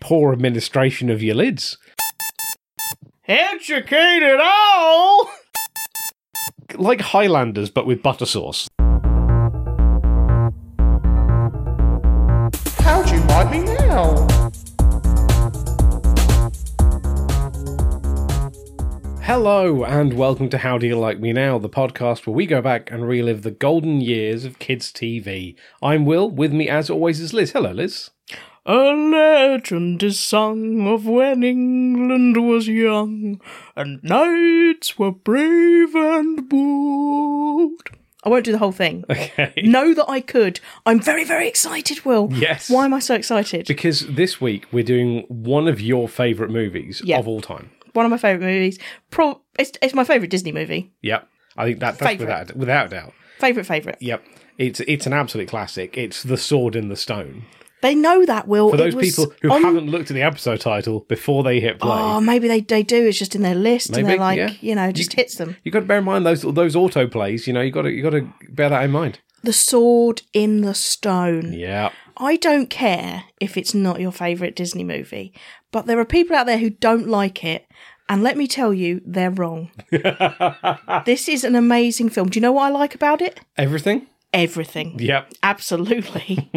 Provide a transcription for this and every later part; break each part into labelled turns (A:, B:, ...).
A: poor administration of your lids.
B: Educated all!
A: Like Highlanders, but with butter sauce.
C: How'd you mind me now?
A: Hello, and welcome to How Do You Like Me Now, the podcast where we go back and relive the golden years of kids' TV. I'm Will, with me as always is Liz. Hello, Liz.
B: A legend is sung of when England was young, and knights were brave and bold. I won't do the whole thing.
A: Okay.
B: Know that I could. I'm very, very excited, Will.
A: Yes.
B: Why am I so excited?
A: Because this week we're doing one of your favourite movies
B: Yeah.
A: of all time.
B: One of my favourite movies. Pro- it's, it's my favourite Disney movie.
A: Yep. I think that, that's
B: Favourite.
A: without, without doubt.
B: Favourite, favourite.
A: Yep. It's it's an absolute classic. It's The Sword in the Stone.
B: They know that, Will.
A: For
B: It
A: those
B: was
A: people who
B: on-
A: haven't looked at the episode title before they hit play,
B: Oh, maybe they, they do. It's just in their list,
A: Maybe,
B: and they're like,
A: yeah.
B: you know, just hits them.
A: you've got to bear in mind those those auto plays. You know, you got to you got to bear that in mind.
B: The sword in the stone.
A: Yeah.
B: I don't care if it's not your favourite Disney movie, but there are people out there who don't like it, and let me tell you, they're wrong. this is an amazing film. Do you know what I like about it?
A: Everything.
B: Everything.
A: Yep.
B: Absolutely.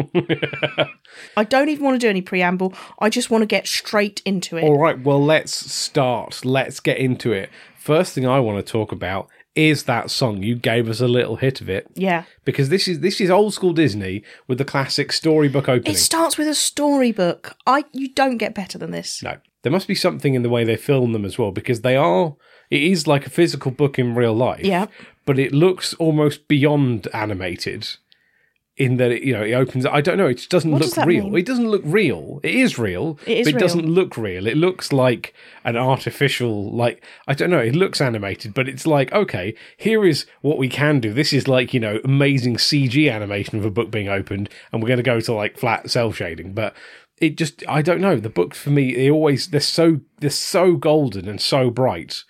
B: I don't even want to do any preamble. I just want to get straight into it.
A: All right. Well, let's start. Let's get into it. First thing I want to talk about is that song. You gave us a little hit of it
B: yeah.
A: because this is this is old school Disney with the classic storybook opening.
B: It starts with a storybook. I you don't get better than this.
A: No. There must be something in the way they film them as well because they are it is like a physical book in real life.
B: Yeah.
A: But it looks almost beyond animated in that it, you know it opens I don't know it just doesn't
B: What
A: look
B: does that
A: real.
B: mean?
A: It doesn't look real. It is real.
B: It is
A: but it
B: real.
A: doesn't look real. It looks like an artificial like I don't know, it looks animated but it's like okay, here is what we can do. This is like, you know, amazing CG animation of a book being opened and we're going to go to like flat cell shading but it just I don't know. The books for me they always they're so they're so golden and so bright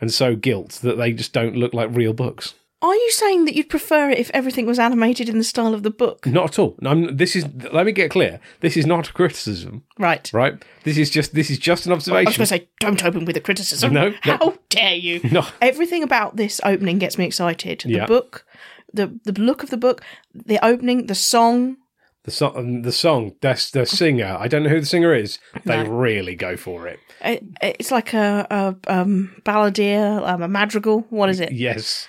A: and so gilt that they just don't look like real books.
B: Are you saying that you'd prefer it if everything was animated in the style of the book?
A: Not at all. No, I'm, this is let me get clear. This is not a criticism,
B: Right.
A: right? This is just this is just an
B: I was
A: observation.
B: going to say, don't open with a criticism.
A: No, no.
B: How dare you?
A: no.
B: Everything about this opening gets me excited. The
A: Yeah.
B: book, the the look of the book, the opening, the song.
A: The song, the song, that's the singer. I don't know who the singer is. They
B: No.
A: really go for it.
B: It, eh, it's like a, a um, balladeer, um, a madrigal. What is it?
A: Yes,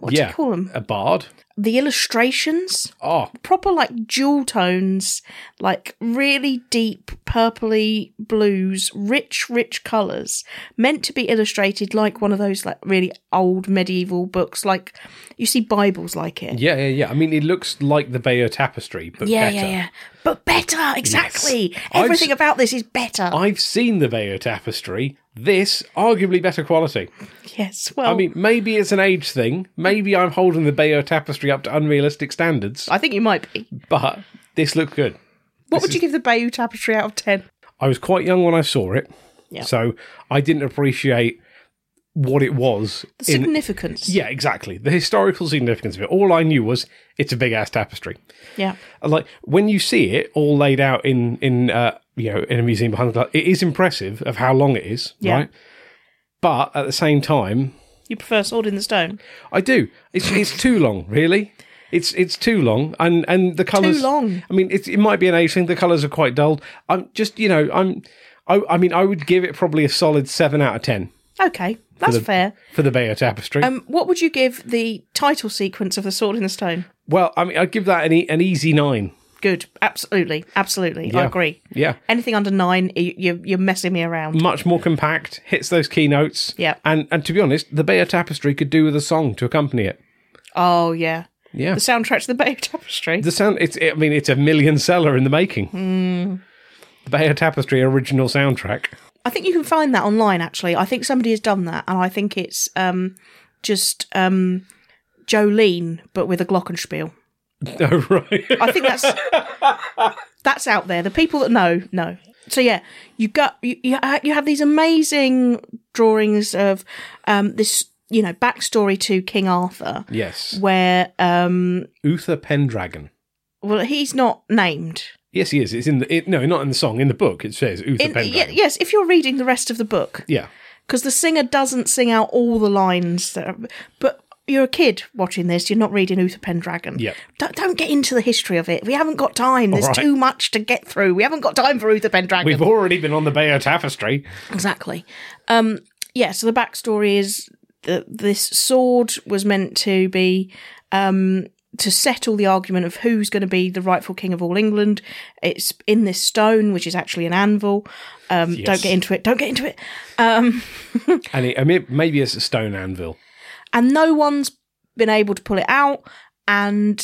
B: What do
A: yeah.
B: you call them?
A: a bard.
B: The illustrations,
A: Oh,
B: proper like jewel tones, like really deep purpley blues, rich, rich colours, meant to be illustrated like one of those like really old medieval books, like you see Bibles like it.
A: yeah, yeah, yeah. I mean, it looks like the Bayeux Tapestry, but
B: Yeah,
A: better.
B: yeah, yeah. But better, exactly.
A: I've
B: Everything
A: s-
B: about this is better.
A: I've seen the Bayeux Tapestry. This arguably better quality.
B: yes, well,
A: I mean, maybe it's an age thing. Maybe I'm holding the Bayeux Tapestry up to unrealistic standards,
B: I think you might be.
A: but this looked good.
B: What would you give the Bayeux Tapestry out of 10?
A: I was quite young when I saw it,
B: Yeah.
A: so I didn't appreciate what it was.
B: The
A: in-
B: significance.
A: yeah, exactly. The historical significance of it. All I knew was it's a big ass tapestry.
B: Yeah.
A: Like when you see it all laid out in in uh, you know in a museum behind the glass, it is impressive of how long it is,
B: Yeah.
A: right? But at the same time,
B: You prefer Sword in the Stone?
A: I do. It's it's too long, really. It's it's too long, and and the colours.
B: long.
A: I mean, it's, it might be an age thing. The colours are quite dull. I'm just you know I'm. I, I mean, I would give it probably a solid seven out of ten
B: Okay, that's
A: the-
B: fair.
A: for the Bayeux Tapestry.
B: Um, what would you give the title sequence of The Sword in the Stone?
A: well, I mean, I'd give that an, e- an easy nine.
B: Good. Absolutely. Absolutely. I
A: Yeah.
B: agree.
A: Yeah,
B: Anything under nine, y- you're, you're messing me around.
A: much more compact. Hits those keynotes.
B: Yeah.
A: and and to be honest, the Bayeux Tapestry could do with a song to accompany it.
B: Oh, yeah.
A: Yeah,
B: The soundtrack to the Bayeux Tapestry.
A: the sound. It's I mean, it's a million seller in the making. The Bayeux Tapestry original soundtrack.
B: I think you can find that online. Actually, I think somebody has done that, and I think it's um, just um, Jolene, but with a glockenspiel.
A: Oh right.
B: I think that's that's out there. The people that know know. So yeah, you got you you ha- you have these amazing drawings of um, this you know backstory to King Arthur,
A: Yes.
B: where um,
A: Uther Pendragon.
B: well he's not named.
A: Yes, he is. It's in the it, no, not in the song. In the book, it says Uther
B: In,
A: Pendragon.
B: y- yes, if you're reading the rest of the book,
A: yeah,
B: because the singer doesn't sing out all the lines. That are, but you're a kid watching this. You're not reading Uther Pendragon.
A: Yep.
B: Don't, don't get into the history of it. We haven't got time. There's
A: right.
B: too much to get through. We haven't got time for Uther Pendragon.
A: we've already been on the Bayeux tapestry.
B: Exactly. Um, yeah, so the backstory is that this sword was meant to be um, to settle the argument of who's going to be the rightful king of all England. It's in this stone, which is actually an anvil. Um, Don't get into it. Don't get into it.
A: And it, I mean, maybe it's a stone anvil.
B: And no one's been able to pull it out. And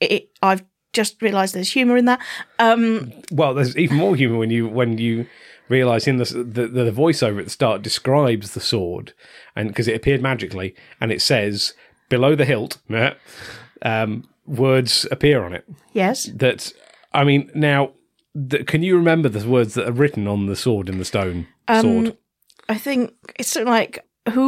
B: it, I've just realised there's humour in that. Um,
A: Well, there's even more humour when you when you realise in the, the the voiceover at the start describes the sword, and because it appeared magically, and it says below the hilt, meh, um, words appear on it.
B: yes.
A: That I mean, now th- can you remember the words that are written on the sword in the stone sword?
B: I think it's sort of like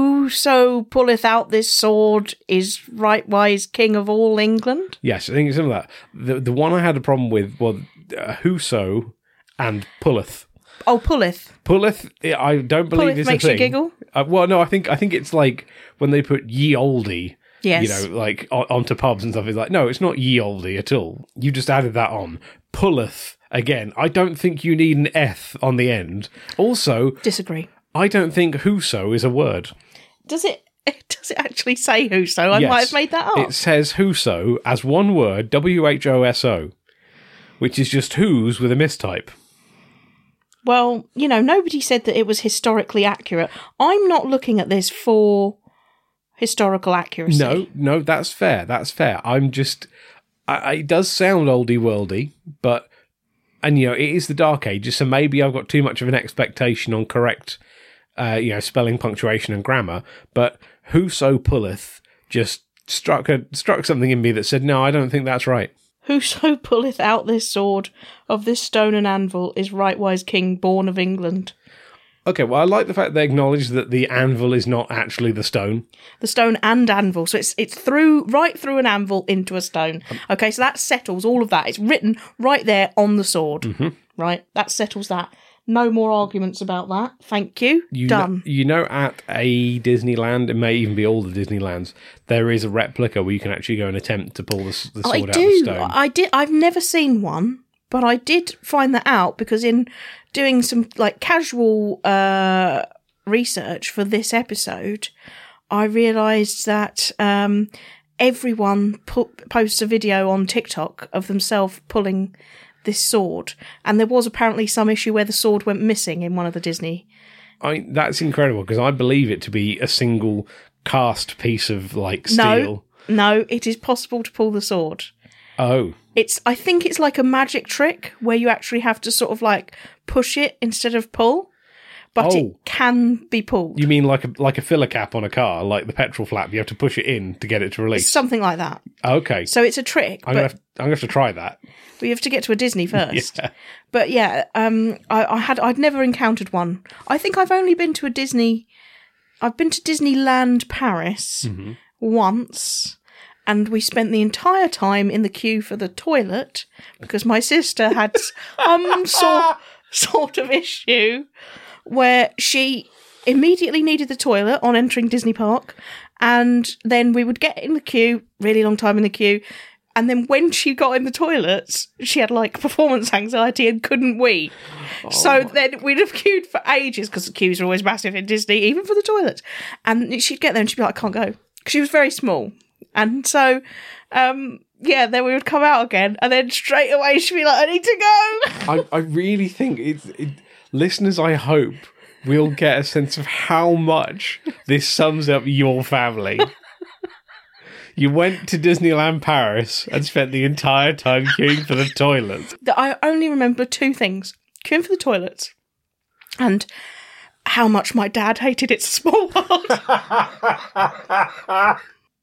B: whoso pulleth out this sword is rightwise king of all England.
A: Yes, I think it's some of that. The the one I had a problem with was uh, whoso and pulleth.
B: Oh, pulleth.
A: Pulleth, I- I don't believe
B: Pulleth
A: is
B: makes
A: a
B: you
A: thing.
B: giggle?
A: Uh, well, no, I think I think it's like when they put ye oldie,
B: Yes.
A: you know, like on, onto pubs and stuff. It's like no, it's not ye oldie at all. You just added that on. Pulleth again. I don't think you need an eth on the end. Also,
B: Disagree.
A: I don't think whoso is a word.
B: Does it? Does it actually say whoso? I might
A: Yes.
B: have made that up.
A: It says whoso as one word, W H O S O, which is just who's with a mistype.
B: Well, you know, nobody said that it was historically accurate. I'm not looking at this for historical accuracy.
A: No, no, that's fair. That's fair. I'm just, I, I- it does sound oldie worldy, but and you know it is the dark ages, so maybe I've got too much of an expectation on correct, uh, you know, spelling, punctuation, and grammar. But whoso pulleth just struck a, struck something in me that said, no, I don't think that's right.
B: Whoso pulleth out this sword of this stone and anvil is rightwise king born of England.
A: Okay, well, I like the fact they acknowledge that the anvil is not actually the stone.
B: the stone and anvil. So it's it's through right through an anvil into a stone. Okay, so that settles all of that. It's written right there on the sword.
A: Mm-hmm.
B: Right, that settles that. No more arguments about that. Thank you.
A: You kn-
B: Done.
A: you know, at a Disneyland, it may even be all the Disneylands, there is a replica where you can actually go and attempt to pull the, s- the
B: Oh, I
A: sword out of the
B: do.
A: stone.
B: I did. I've never seen one, but I did find that out because in doing some like casual uh, research for this episode, I realised that um, everyone pu- posts a video on TikTok of themselves pulling this sword, and there was apparently some issue where the sword went missing in one of the Disney.
A: I, that's incredible because I believe it to be a single cast piece of like steel.
B: No, no, it is possible to pull the sword.
A: Oh,
B: it's i think it's like a magic trick where you actually have to sort of like push it instead of pull but it
A: Oh.
B: can be pulled
A: you mean like a like a filler cap on a car, like the petrol flap? You have to push it in to get it to release.
B: something like that
A: okay,
B: so it's a trick
A: I'm
B: but
A: gonna have, I'm gonna have to try that.
B: we have to get to a disney first but yeah um I, I had i'd never encountered one i think i've only been to a disney i've been to disneyland paris once and we spent the entire time in the queue for the toilet because my sister had some sort, sort of issue where she immediately needed the toilet on entering Disney Park. And then we would get in the queue, really long time in the queue. And then when she got in the toilets, she had like performance anxiety and couldn't wee. so then we'd have queued for ages because the queues are always massive in Disney, even for the toilets. And she'd get there and she'd be like, I can't go. 'Cause she was very small. And so, um, yeah, then we would come out again. And then straight away she'd be like, I need to go.
A: I, I really think it's it, listeners. I hope we'll get a sense of how much this sums up your family. You went to Disneyland Paris and spent the entire time queuing for the toilets.
B: that I only remember two things: queuing for the toilets, and how much my dad hated It's a Small World.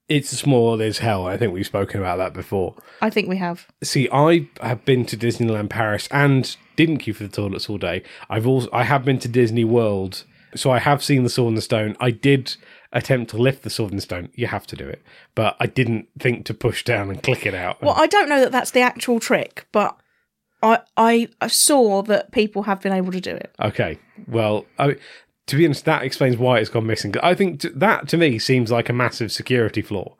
A: It's small world as hell. I think we've spoken about that before.
B: I think we have.
A: See, I have been to Disneyland Paris and didn't queue for the toilets all day. I've also I have been to Disney World, so I have seen the Sword and the Stone. I did attempt to lift the Sword and the Stone. You have to do it, but I didn't think to push down and click it out.
B: Well, I don't know that that's the actual trick, but I, I I saw that people have been able to do it.
A: Okay. Well, I, to be honest, that explains why it's gone missing. I think t- that to me seems like a massive security flaw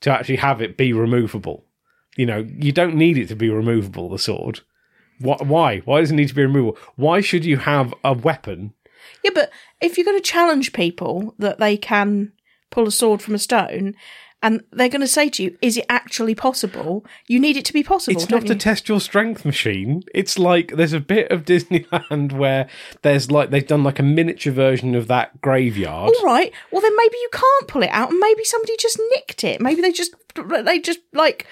A: to actually have it be removable. You know, you don't need it to be removable, the sword. Wh- why? Why does it need to be removable? Why should you have a weapon?
B: Yeah, but if you're going to challenge people that they can pull a sword from a stone, and they're going to say to you, "Is it actually possible?" You need it to be possible.
A: It's
B: don't
A: not to
B: you?
A: test your strength machine. It's like there's a bit of Disneyland where there's like they've done like a miniature version of that graveyard.
B: All right. Well, then maybe you can't pull it out, and maybe somebody just nicked it. Maybe they just they just like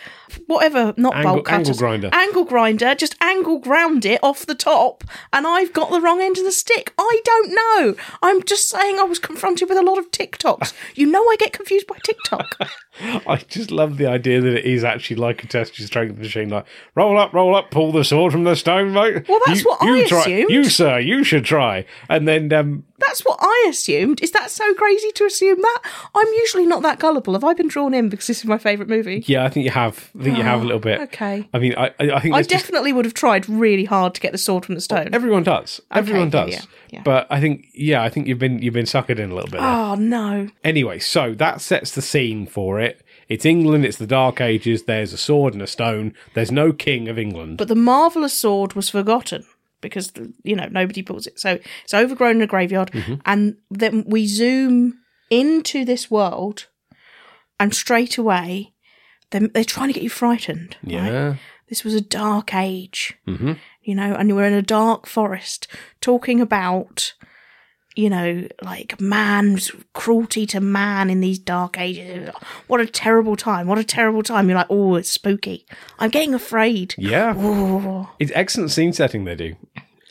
B: whatever, not
A: Angle-
B: bolt cutters,
A: angle grinder.
B: angle grinder, just angle ground it off the top, and I've got the wrong end of the stick. I don't know. I'm just saying I was confronted with a lot of TikToks. You know, I get confused by TikTok.
A: I just love the idea that it is actually like a test your strength machine. Like roll up, roll up, pull the sword from the stone, mate.
B: Well, that's what I
A: try,
B: assumed.
A: You sir, you should try. And then um,
B: That's what I assumed. Is that so crazy to assume that? I'm usually not that gullible. Have I been drawn in because this is my favourite movie?
A: yeah, I think you have. I think you have a little bit.
B: okay.
A: I mean, I I I think
B: I
A: there's just-
B: definitely would have tried really hard to get the sword from the stone.
A: everyone does. everyone
B: yeah,
A: does.
B: yeah, yeah.
A: But I think yeah, I think you've been you've been suckered in a little bit. there.
B: Oh no.
A: Anyway, so that sets the scene for it. It's England. It's the Dark Ages. There's a sword and a stone. There's no king of England.
B: But the marvelous sword was forgotten because you know nobody pulls it. So it's overgrown in a graveyard, and then we zoom into this world, and straight away, they're, they're trying to get you frightened. right?
A: yeah.
B: This was a dark age, you know, and we're in a dark forest talking about. You know, like man's cruelty to man in these dark ages. What a terrible time. What a terrible time. You're like, oh, it's spooky. I'm getting afraid.
A: Yeah.
B: Ooh.
A: It's excellent scene setting they do.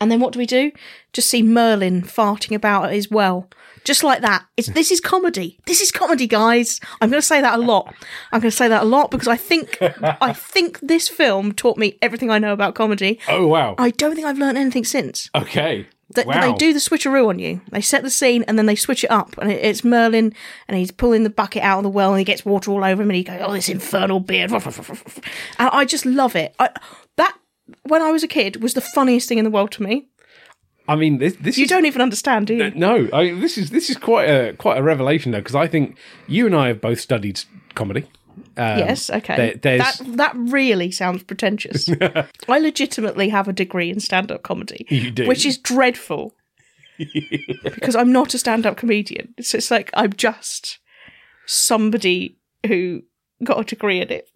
B: And then what do we do? Just see Merlin farting about at his well. Just like that. It's this is comedy. This is comedy, guys. I'm gonna say that a lot. I'm gonna say that a lot because I think I think this film taught me everything I know about comedy.
A: Oh wow.
B: I don't think I've learned anything since.
A: Okay.
B: That
A: wow.
B: They do the switcheroo on you. They set the scene and then they switch it up. And it- it's Merlin and he's pulling the bucket out of the well and he gets water all over him and he goes, Oh, this infernal beard. And I just love it. I, that, when I was a kid, was the funniest thing in the world to me.
A: I mean, this, this
B: You
A: is
B: don't even understand, do you?
A: no. I mean, this is this is quite a quite a revelation though, because I think you and I have both studied comedy. Um,
B: yes, okay.
A: there- there's-
B: that, that really sounds pretentious. I legitimately have a degree in stand up comedy.
A: You do.
B: Which is dreadful. because I'm not a stand up comedian. So it's like I'm just somebody who got a degree in it.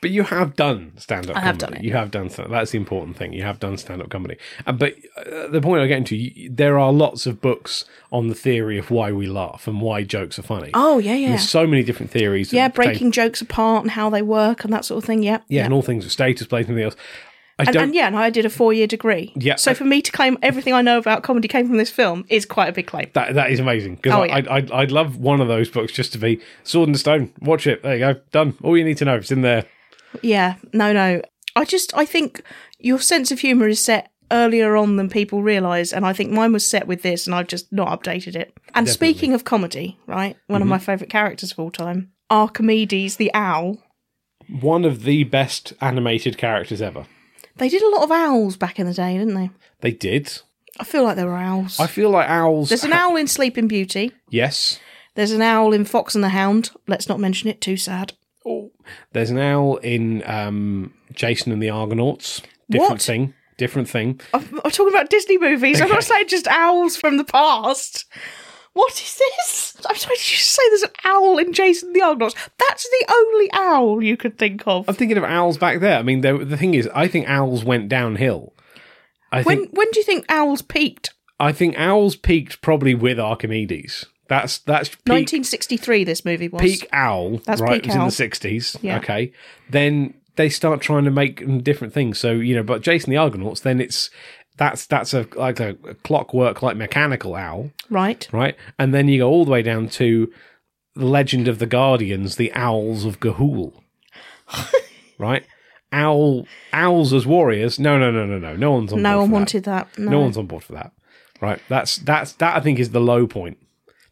A: But you have done stand up.
B: I
A: comedy.
B: have done it.
A: You have done stand- that's the important thing. You have done stand up comedy. Uh, but uh, the point I'm getting to, you, there are lots of books on the theory of why we laugh and why jokes are funny.
B: Oh, yeah, yeah.
A: There's so many different theories. that
B: Yeah,
A: pertain-
B: breaking jokes apart and how they work and that sort of thing. Yeah.
A: yeah, and all things with status plays and everything else. I
B: And,
A: don't.
B: and yeah, and I did a four year degree.
A: Yeah.
B: So for me to claim everything I know about comedy came from this film is quite a big claim.
A: That that is amazing because
B: Oh, yeah.
A: I'd, I'd I'd love one of those books just to be Sword and Stone. Watch it. There you go. Done. All you need to know. It's in there.
B: Yeah, no, no. I just, I think your sense of humour is set earlier on than people realise, and I think mine was set with this, and I've just not updated it. And speaking of comedy, right, one of my favourite characters of all time, Archimedes the owl.
A: One of the best animated characters ever.
B: They did a lot of owls back in the day, didn't they?
A: They did.
B: I feel like there were owls.
A: I feel like owls.
B: There's an owl in Sleeping Beauty.
A: Yes.
B: There's an owl in Fox and the Hound. Let's not mention it. Too sad.
A: Oh, there's an owl in um, Jason and the Argonauts. Different
B: What?
A: thing. Different thing.
B: I'm, I'm talking about Disney movies. I'm not saying just owls from the past. What is this? I'm sorry, did you say there's an owl in Jason the Argonauts? That's the only owl you could think of.
A: I'm thinking of owls back there. I mean, there- the thing is, I think owls went downhill. I
B: When
A: think
B: when do you think owls peaked?
A: I think owls peaked probably with Archimedes. That's that's peak
B: 1963. This movie was.
A: peak owl,
B: That's
A: right?
B: peak
A: it was in
B: owl.
A: the sixties.
B: Yeah.
A: Okay, then they start trying to make them different things. So you know, but Jason the Argonauts, then it's that's that's a like a, a clockwork, like mechanical owl,
B: Right.
A: right? And then you go all the way down to the Legend of the Guardians, the Owls of Gahul, right? Owl owls as warriors? No, no, no, no, no. No one's on. board
B: No one
A: for that.
B: wanted that. No.
A: No one's on board for that, right? That's that's that. I think is the low point.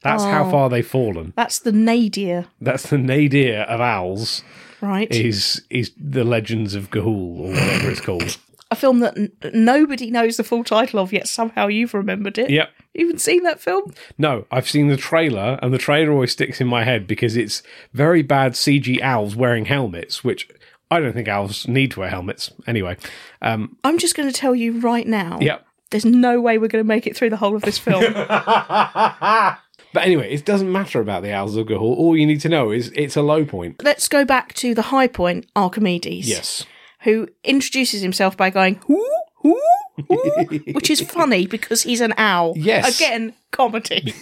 A: That's how
B: Oh.
A: far they've fallen.
B: That's the nadir,
A: That's the nadir of owls
B: right?
A: is is the legends of Gahul or whatever it's called.
B: a film that n- nobody knows the full title of yet somehow you've remembered it.
A: Yep.
B: You haven't seen that film?
A: No, I've seen the trailer, and the trailer always sticks in my head because it's very bad CG owls wearing helmets, which I don't think owls need to wear helmets anyway. Um,
B: I'm just going to tell you right now.
A: Yep.
B: There's no way we're going to make it through the whole of this film.
A: but anyway, it doesn't matter about the owls of Gahul. All you need to know is it's a low point.
B: Let's go back to the high point, Archimedes.
A: Yes.
B: who introduces himself by going "Hoo, hoo, hoo," which is funny because he's an owl.
A: Yes.
B: Again, comedy.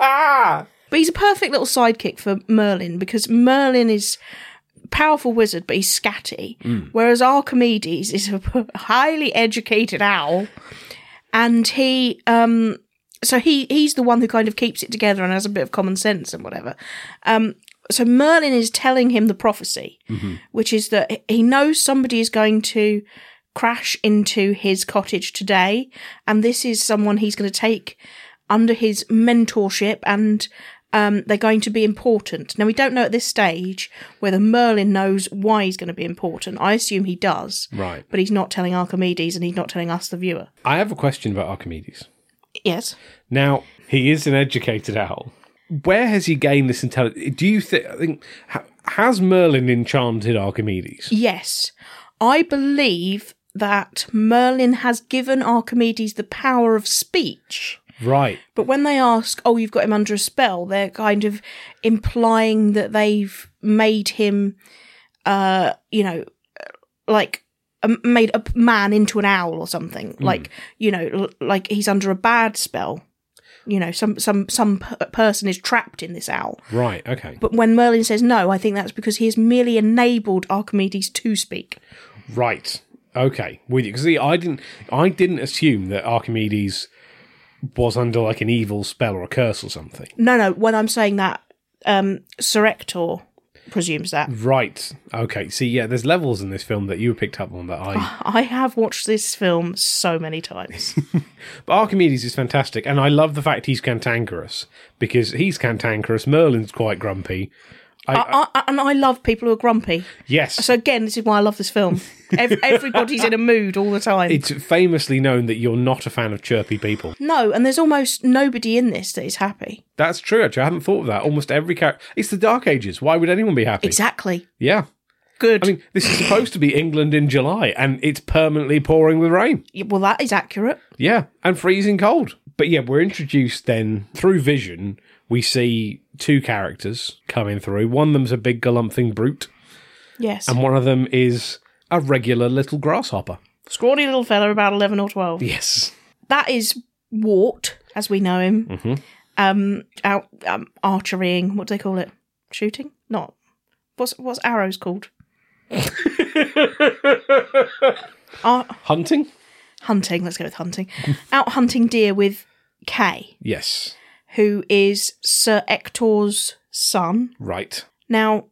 B: but he's a perfect little sidekick for Merlin because Merlin is a powerful wizard but he's scatty
A: Mm.
B: whereas Archimedes is a highly educated owl and he um so he he's the one who kind of keeps it together and has a bit of common sense and whatever um so Merlin is telling him the prophecy, which is that he knows somebody is going to crash into his cottage today, and this is someone he's going to take under his mentorship, and um, they're going to be important. Now, we don't know at this stage whether Merlin knows why he's going to be important. I assume he does,
A: Right.
B: but he's not telling Archimedes, and he's not telling us, the viewer.
A: I have a question about Archimedes.
B: Yes.
A: Now, he is an educated owl. Where has he gained this intelligence? Do you think, I think, ha- has Merlin enchanted Archimedes?
B: Yes. I believe that Merlin has given Archimedes the power of speech.
A: Right.
B: But when they ask, oh, you've got him under a spell, they're kind of implying that they've made him, uh, you know, like um, made a man into an owl or something. Like, you know, l- like he's under a bad spell. You know, some some some per- person is trapped in this owl.
A: Right. Okay.
B: But when Merlin says no, I think that's because he has merely enabled Archimedes to speak.
A: Right. Okay. With you because I didn't I didn't assume that Archimedes was under like an evil spell or a curse or something.
B: No, no. When I'm saying that, um, Serector presumes that.
A: Right. Okay. See, yeah, there's levels in this film that you picked up on that I.
B: I have watched this film so many times.
A: but Archimedes is fantastic, and I love the fact he's cantankerous because he's cantankerous. Merlin's quite grumpy.
B: I, I, and I love people who are grumpy.
A: Yes.
B: So again, this is why I love this film. Ev- everybody's in a mood all the time.
A: it's famously known that you're not a fan of chirpy people.
B: no, and there's almost nobody in this that is happy.
A: That's true, actually. I haven't thought of that. Almost every character. It's the Dark Ages. Why would anyone be happy?
B: Exactly.
A: Yeah.
B: Good.
A: I mean, this is supposed to be England in July, and it's permanently pouring with rain.
B: Yeah, well, that is accurate.
A: Yeah, and freezing cold. But yeah, we're introduced then through vision. We see two characters coming through. One of them's a big galumphing brute,
B: Yes.
A: and one of them is a regular little grasshopper.
B: Scrawny little fella, about eleven or twelve.
A: Yes.
B: That is Wart, as we know him.
A: Mm-hmm.
B: Um, out um, archerying. What do they call it? Shooting? Not. What's what's arrows called? Ar-
A: Hunting?
B: hunting. Let's go with hunting. Out hunting deer with Kay,
A: Yes.
B: who is Sir Ector's son.
A: Right.
B: Now,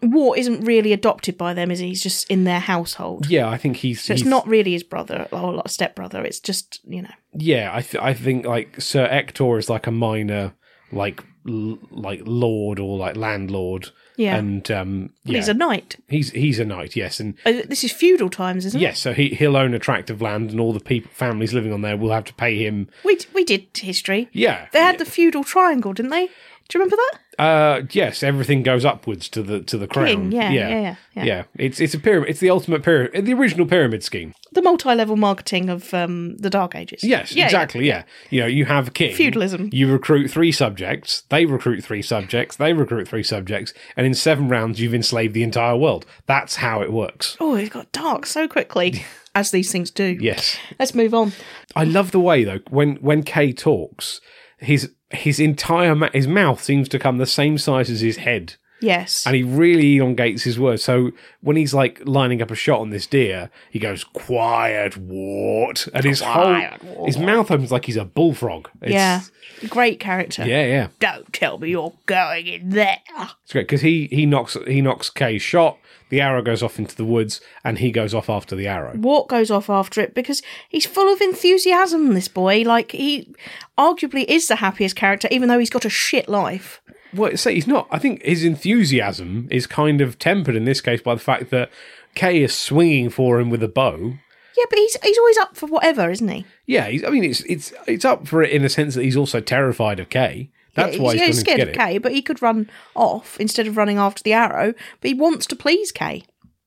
B: War isn't really adopted by them, is he? He's just in their household.
A: Yeah, I think he's.
B: So it's
A: he's-
B: not really his brother or stepbrother. It's just you know.
A: Yeah, I, th- I think like Sir Ector is like a minor, like l- like lord or like landlord.
B: Yeah.
A: And um,
B: But
A: yeah.
B: He's a knight.
A: He's he's a knight, yes, and
B: Uh, This is feudal times, isn't
A: yes, so he he'll own a tract of land, and all the people families living on there will have to pay him.
B: it? We d- we did history.
A: Yeah,
B: They had the feudal triangle, didn't they? Do you remember that?
A: uh, yes, everything goes upwards to the to the crown.
B: King, yeah, yeah, yeah,
A: yeah.
B: yeah.
A: It's it's a pyramid. It's the ultimate pyramid, the original pyramid scheme.
B: The multi-level marketing of um, the Dark Ages.
A: Yes,
B: Yeah, yeah.
A: exactly. Yeah. you know, you have a king.
B: Feudalism.
A: You recruit three subjects. They recruit three subjects. They recruit three subjects, and in seven rounds, you've enslaved the entire world. That's how it works.
B: Oh, it got dark so quickly, as these things do.
A: Yes.
B: Let's move on.
A: I love the way though when when Kay talks, his his entire ma- his mouth seems to come the same size as his head,
B: Yes.
A: and he really elongates his words. So when he's like lining up a shot on this deer, he goes quiet wart, and his
B: Quiet,
A: whole his mouth opens like he's a bullfrog. It's,
B: yeah. Great character.
A: yeah, yeah.
B: Don't tell me you're going in there.
A: It's great because he he knocks he knocks Kay's shot. The arrow goes off into the woods, and he goes off after the arrow.
B: Wart goes off after it because he's full of enthusiasm, this boy. Like, he arguably is the happiest character, even though he's got a shit life.
A: Well, say he's not. I think his enthusiasm is kind of tempered in this case by the fact that Kay is swinging for him with a bow.
B: Yeah, but he's he's always up for whatever, isn't he?
A: Yeah, he's, I mean, it's it's it's up for it in the sense that he's also terrified of Kay. That's
B: yeah,
A: why he's,
B: yeah,
A: going
B: scared
A: to get
B: of
A: it.
B: Kay, but he could run off instead of running after the arrow. But he wants to please Kay.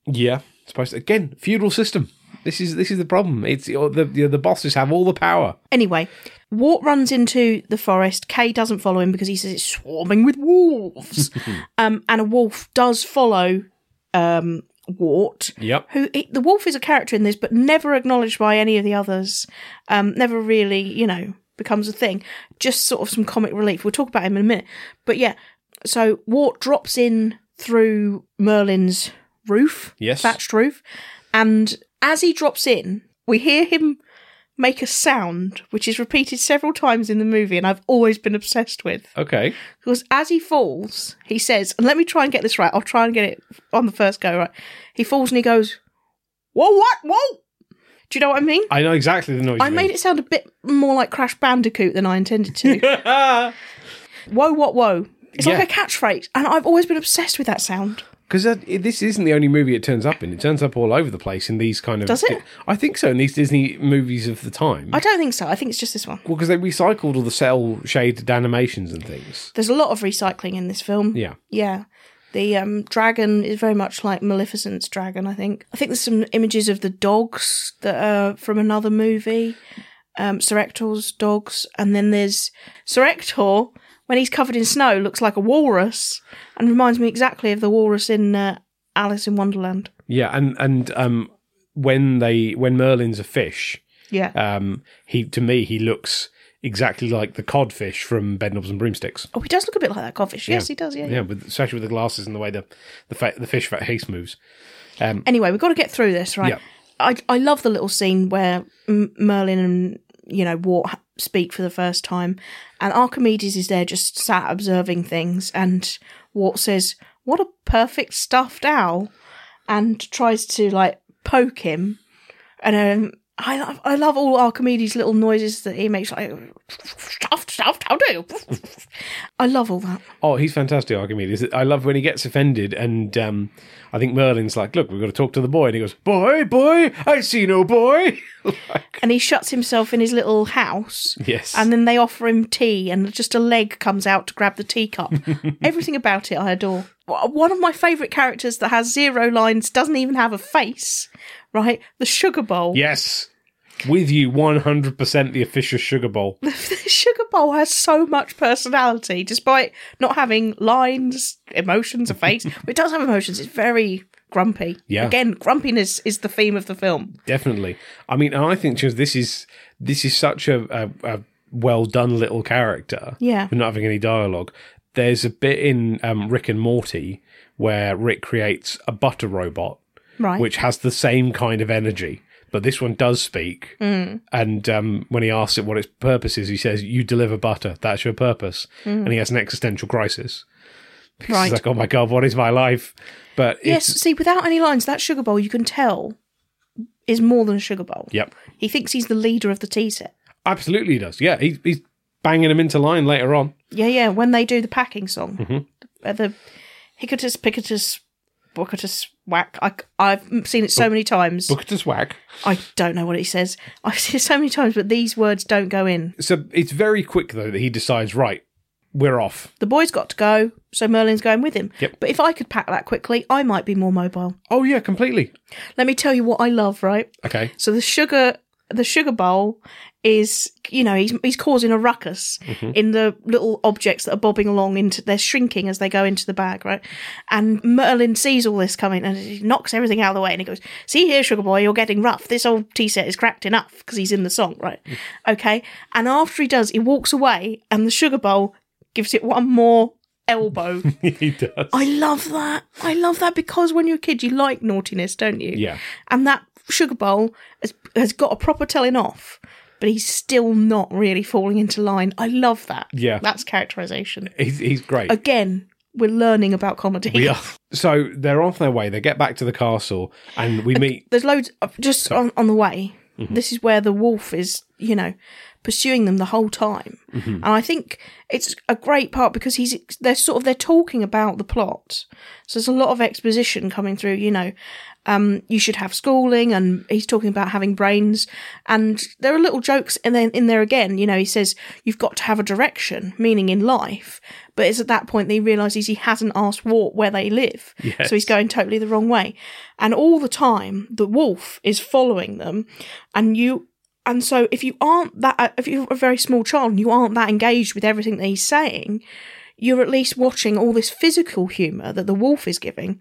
A: Yeah, supposed to, again feudal system. This is this is the problem. It's you know, the you know, the bosses have all the power.
B: Anyway, Wart runs into the forest. Kay doesn't follow him because he says it's swarming with wolves. um, and a wolf does follow um, Wart.
A: Yep.
B: Who he, the wolf is a character in this, but never acknowledged by any of the others. Um, never really, you know, becomes a thing. Just sort of some comic relief. We'll talk about him in a minute. But yeah, so Wart drops in through Merlin's roof,
A: Yes.
B: thatched roof, and as he drops in, we hear him make a sound which is repeated several times in the movie and I've always been obsessed with.
A: Okay.
B: Because as he falls, he says, and let me try and get this right, I'll try and get it on the first go right. He falls and he goes, Whoa, what? Whoa! Do you know what I mean?
A: I know exactly the noise.
B: I made it sound a bit more like Crash Bandicoot than I intended to. whoa, what, whoa. It's
A: Yeah.
B: like a catchphrase, and I've always been obsessed with that sound.
A: because this isn't the only movie it turns up in. It turns up all over the place in these kind of.
B: Does it?
A: I think so. In these Disney movies of the time.
B: I don't think so. I think it's just this one.
A: well, because they recycled all the cell shaded animations and things.
B: There's a lot of recycling in this film.
A: Yeah.
B: Yeah. The um, dragon is very much like Maleficent's dragon, I think. I think there's some images of the dogs that are from another movie, um, Serector's dogs. And then there's Serector, when he's covered in snow, looks like a walrus and reminds me exactly of the walrus in uh, Alice in Wonderland.
A: Yeah, and and um, when they when Merlin's a fish,
B: Yeah.
A: um, he to me he looks exactly like the codfish from Bedknobs and Broomsticks.
B: oh, he does look a bit like that codfish. Yes, he does. Yeah. yeah.
A: Yeah, with, especially with the glasses and the way the the, fa- the fish face moves.
B: Anyway, we've got to get through this, right?
A: Yeah.
B: I, I love the little scene where M- Merlin and you know Wart ha- speak for the first time, and Archimedes is there just sat observing things, and Wart says, "What a perfect stuffed owl," and tries to like poke him, and um, I love I love all Archimedes' little noises that he makes, like stuffed stuffed. How do? you?" I love all that.
A: Oh, he's fantastic, Archimedes. I love when he gets offended, and um, I think Merlin's like, "Look, we've got to talk to the boy," and he goes, "Boy, boy, I see no boy." Like,
B: And he shuts himself in his little house.
A: yes,
B: And then they offer him tea, and just a leg comes out to grab the teacup. Everything about it I adore. W- One of my favourite characters that has zero lines, doesn't even have a face, right? The sugar bowl.
A: yes, with you, one hundred percent, the official sugar bowl.
B: the sugar bowl has so much personality, despite not having lines, emotions, a face. but it does have emotions. It's very grumpy.
A: Yeah.
B: Again, grumpiness is the theme of the film.
A: definitely. I mean, and I think just this is this is such a, a, a well done little character.
B: Yeah.
A: for not having any dialogue. There's a bit in um, Rick and Morty where Rick creates a butter robot,
B: Right.
A: which has the same kind of energy, but this one does speak.
B: Mm.
A: And um, when he asks it what its purpose is, he says, "You deliver butter. That's your purpose." And he has an existential crisis. Because
B: Mm. Right.
A: He's like, "Oh my god, what is my life?" But
B: yes,
A: it's
B: see, without any lines, that sugar bowl you can tell is more than a sugar bowl.
A: yep,
B: He thinks he's the leader of the tea set.
A: absolutely he does. Yeah, he, he's banging him into line later on.
B: Yeah, yeah. When they do the packing song, Uh, the hicketus picketus booketus whack. I, I've seen it so many times.
A: Book to swag.
B: I don't know what he says. I've seen it so many times, but these words don't go in.
A: So it's very quick though that he decides, right, we're off.
B: The boy's got to go, so Merlin's going with him.
A: Yep.
B: But if I could pack that quickly, I might be more mobile.
A: Oh yeah, completely.
B: Let me tell you what I love, right?
A: Okay.
B: So the sugar, the sugar bowl is, you know, he's he's causing a ruckus in the little objects that are bobbing along into they're shrinking as they go into the bag, right? And Merlin sees all this coming and he knocks everything out of the way and he goes, "See here, sugar boy, you're getting rough. This old tea set is cracked enough because he's in the song, right? Okay." And after he does, he walks away and the sugar bowl gives it one more elbow.
A: he does.
B: I love that. I love that because when you're a kid, you like naughtiness, don't you?
A: Yeah.
B: And that sugar bowl has, has got a proper telling off, but he's still not really falling into line. I love that.
A: Yeah.
B: That's characterization.
A: He's he's great.
B: Again, we're learning about comedy.
A: We are. So they're off their way. They get back to the castle, and we meet.
B: There's loads, just uh, on, on the way,
A: Mm-hmm.
B: This is where the wolf is, you know, pursuing them the whole time.
A: Mm-hmm.
B: And I think it's a great part because he's they're sort of they're talking about the plot. So there's a lot of exposition coming through, you know. Um, you should have schooling, and he's talking about having brains, and there are little jokes, and then in there again, you know, he says you've got to have a direction, meaning in life, but it's at that point that he realizes he hasn't asked Wart where they live, so he's going totally the wrong way, and all the time the wolf is following them, and you and so if you aren't that uh, if you're a very small child and you aren't that engaged with everything that he's saying you're at least watching all this physical humor that the wolf is giving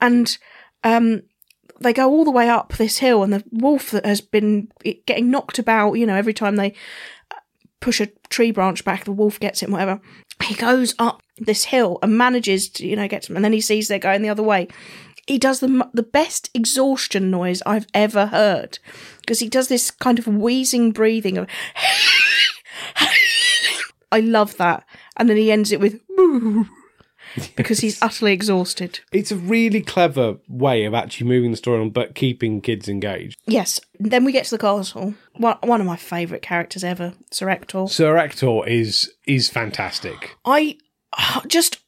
B: and um they go all the way up this hill and the wolf that has been getting knocked about you know every time they uh, push a tree branch back the wolf gets it whatever he goes up this hill and manages to you know get them and then he sees they're going the other way he does the mu- the best exhaustion noise I've ever heard because he does this kind of wheezing breathing of I love that and then he ends it with because he's utterly exhausted.
A: It's a really clever way of actually moving the story on, but keeping kids engaged.
B: Yes, then we get to the castle. One, one of my favorite characters ever, Sir Ector.
A: Sir Ector is is fantastic.
B: I uh, just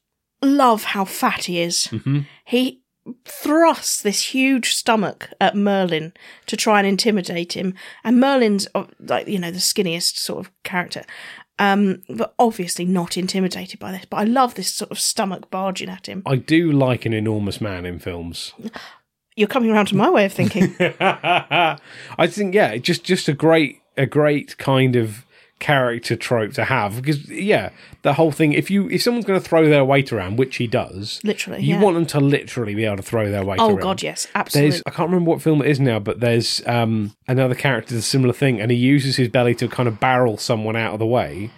B: love how fat he is.
A: Mm-hmm.
B: He thrusts this huge stomach at Merlin to try and intimidate him, and Merlin's uh, like you know the skinniest sort of character, um, but obviously not intimidated by this. But I love this sort of stomach barging at him.
A: I do like an enormous man in films.
B: You're coming around to my way of thinking.
A: I think yeah, just just a great a great kind of character trope to have because yeah, the whole thing. If you if someone's going to throw their weight around, which he does,
B: Literally,
A: you
B: yeah.
A: want them to literally be able to throw their weight.
B: oh
A: around.
B: God, yes, absolutely.
A: There's, I can't remember what film it is now, but there's um, another character does a similar thing, and he uses his belly to kind of barrel someone out of the way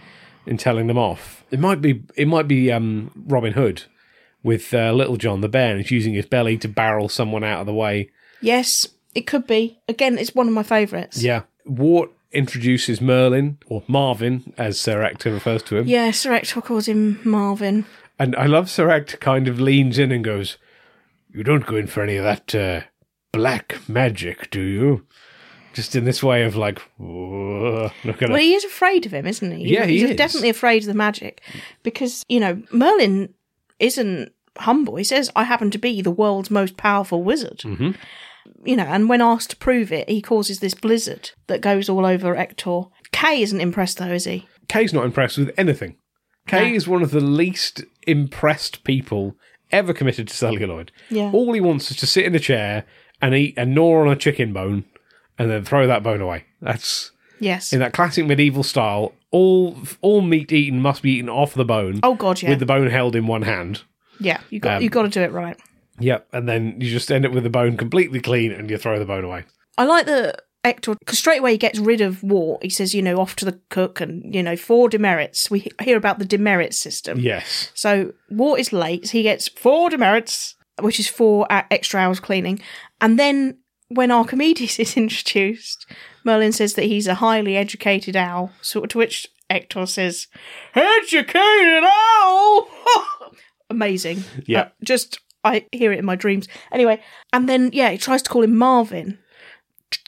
A: in telling them off. It might be, it might be um, Robin Hood with uh, Little John the bear, and he's using his belly to barrel someone out of the way.
B: Yes, it could be. Again, it's one of my favourites.
A: Yeah, Wart introduces Merlin or Marvin, as Sir Ector refers to him,
B: Yeah, Sir Ector calls him Marvin.
A: and I love Sir Ector kind of leans in and goes, "You don't go in for any of that uh, black magic, do you?" Just in this way of like, "Whoa, look at
B: Well,
A: us."
B: he is afraid of him, isn't he?
A: Yeah, he
B: he's
A: is.
B: definitely afraid of the magic because you know Merlin isn't humble. He says, "I happen to be the world's most powerful wizard." Mm-hmm. You know, and when asked to prove it, he causes this blizzard that goes all over Ector. Kay isn't impressed though, is he?
A: Kay's not impressed with anything. Kay
B: No.
A: is one of the least impressed people ever committed to celluloid.
B: Yeah.
A: All he wants is to sit in a chair and eat and gnaw on a chicken bone and then throw that bone away. That's
B: Yes.
A: in that classic medieval style. All all meat eaten must be eaten off the bone
B: oh God, yeah,
A: with the bone held in one hand.
B: yeah. You got
A: um,
B: you got to do it right.
A: Yep, and then you just end up with the bone completely clean and you throw the bone away.
B: I like the Ector because straight away he gets rid of War. He says, you know, off to the cook, and you know, four demerits. We hear about the demerit system.
A: Yes.
B: So Wart is late. He gets four demerits, which is four a- extra hours cleaning. And then when Archimedes is introduced, Merlin says that he's a highly educated owl, so to which Ector says, Educated owl! Amazing.
A: Yeah.
B: Uh, just, I hear it in my dreams. Anyway, and then, yeah, he tries to call him Marvin.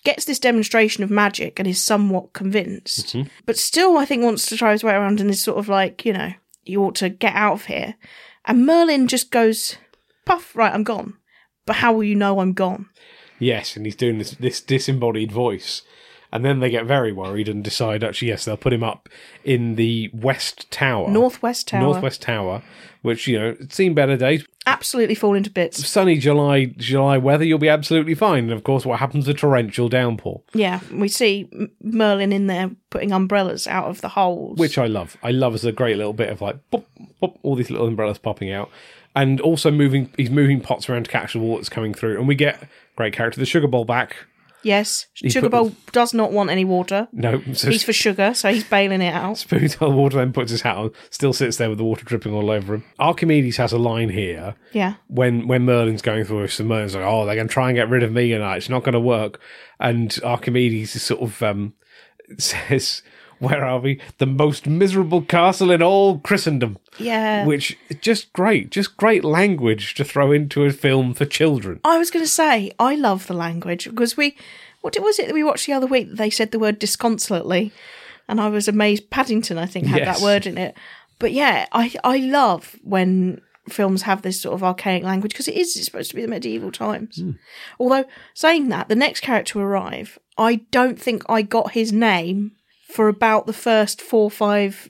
B: Gets this demonstration of magic and is somewhat convinced, but still, I think, wants to try his way around and is sort of like, you know, you ought to get out of here. And Merlin just goes, puff, right, I'm gone. But how will you know I'm gone?
A: Yes, and he's doing this this disembodied voice. And then they get very worried and decide actually yes, they'll put him up in the West Tower.
B: Northwest Tower.
A: Northwest Tower, which, you know, it's seen better days.
B: Absolutely fall into bits.
A: Sunny July July weather, you'll be absolutely fine. And of course what happens a torrential downpour.
B: Yeah, we see M- Merlin in there putting umbrellas out of the holes.
A: Which I love. I love as a great little bit of like pop, pop, all these little umbrellas popping out. And also moving he's moving pots around to catch the water that's coming through. And we get great character, the sugar bowl back.
B: yes, Sugar
A: put
B: Bowl does not want any water.
A: No, so
B: He's for sugar, so he's bailing it out.
A: spoons out of the water, then puts his hat on, still sits there with the water dripping all over him. Archimedes has a line here
B: Yeah,
A: when when Merlin's going through this, and Merlin's like, "Oh, they're going to try and get rid of me, and it's not going to work." And Archimedes is sort of um, says, "Where are we? The most miserable castle in all Christendom,"
B: yeah.
A: which is just great, just great language to throw into a film for children.
B: I was going to say I love the language because we What did- was it that we watched the other week? that They said the word disconsolately, and I was amazed. Paddington, I think, had
A: Yes.
B: that word in it. But yeah, I I love when films have this sort of archaic language because it is it's supposed to be the medieval times. Although saying that, the next character to arrive, I don't think I got his name for about the first four or five.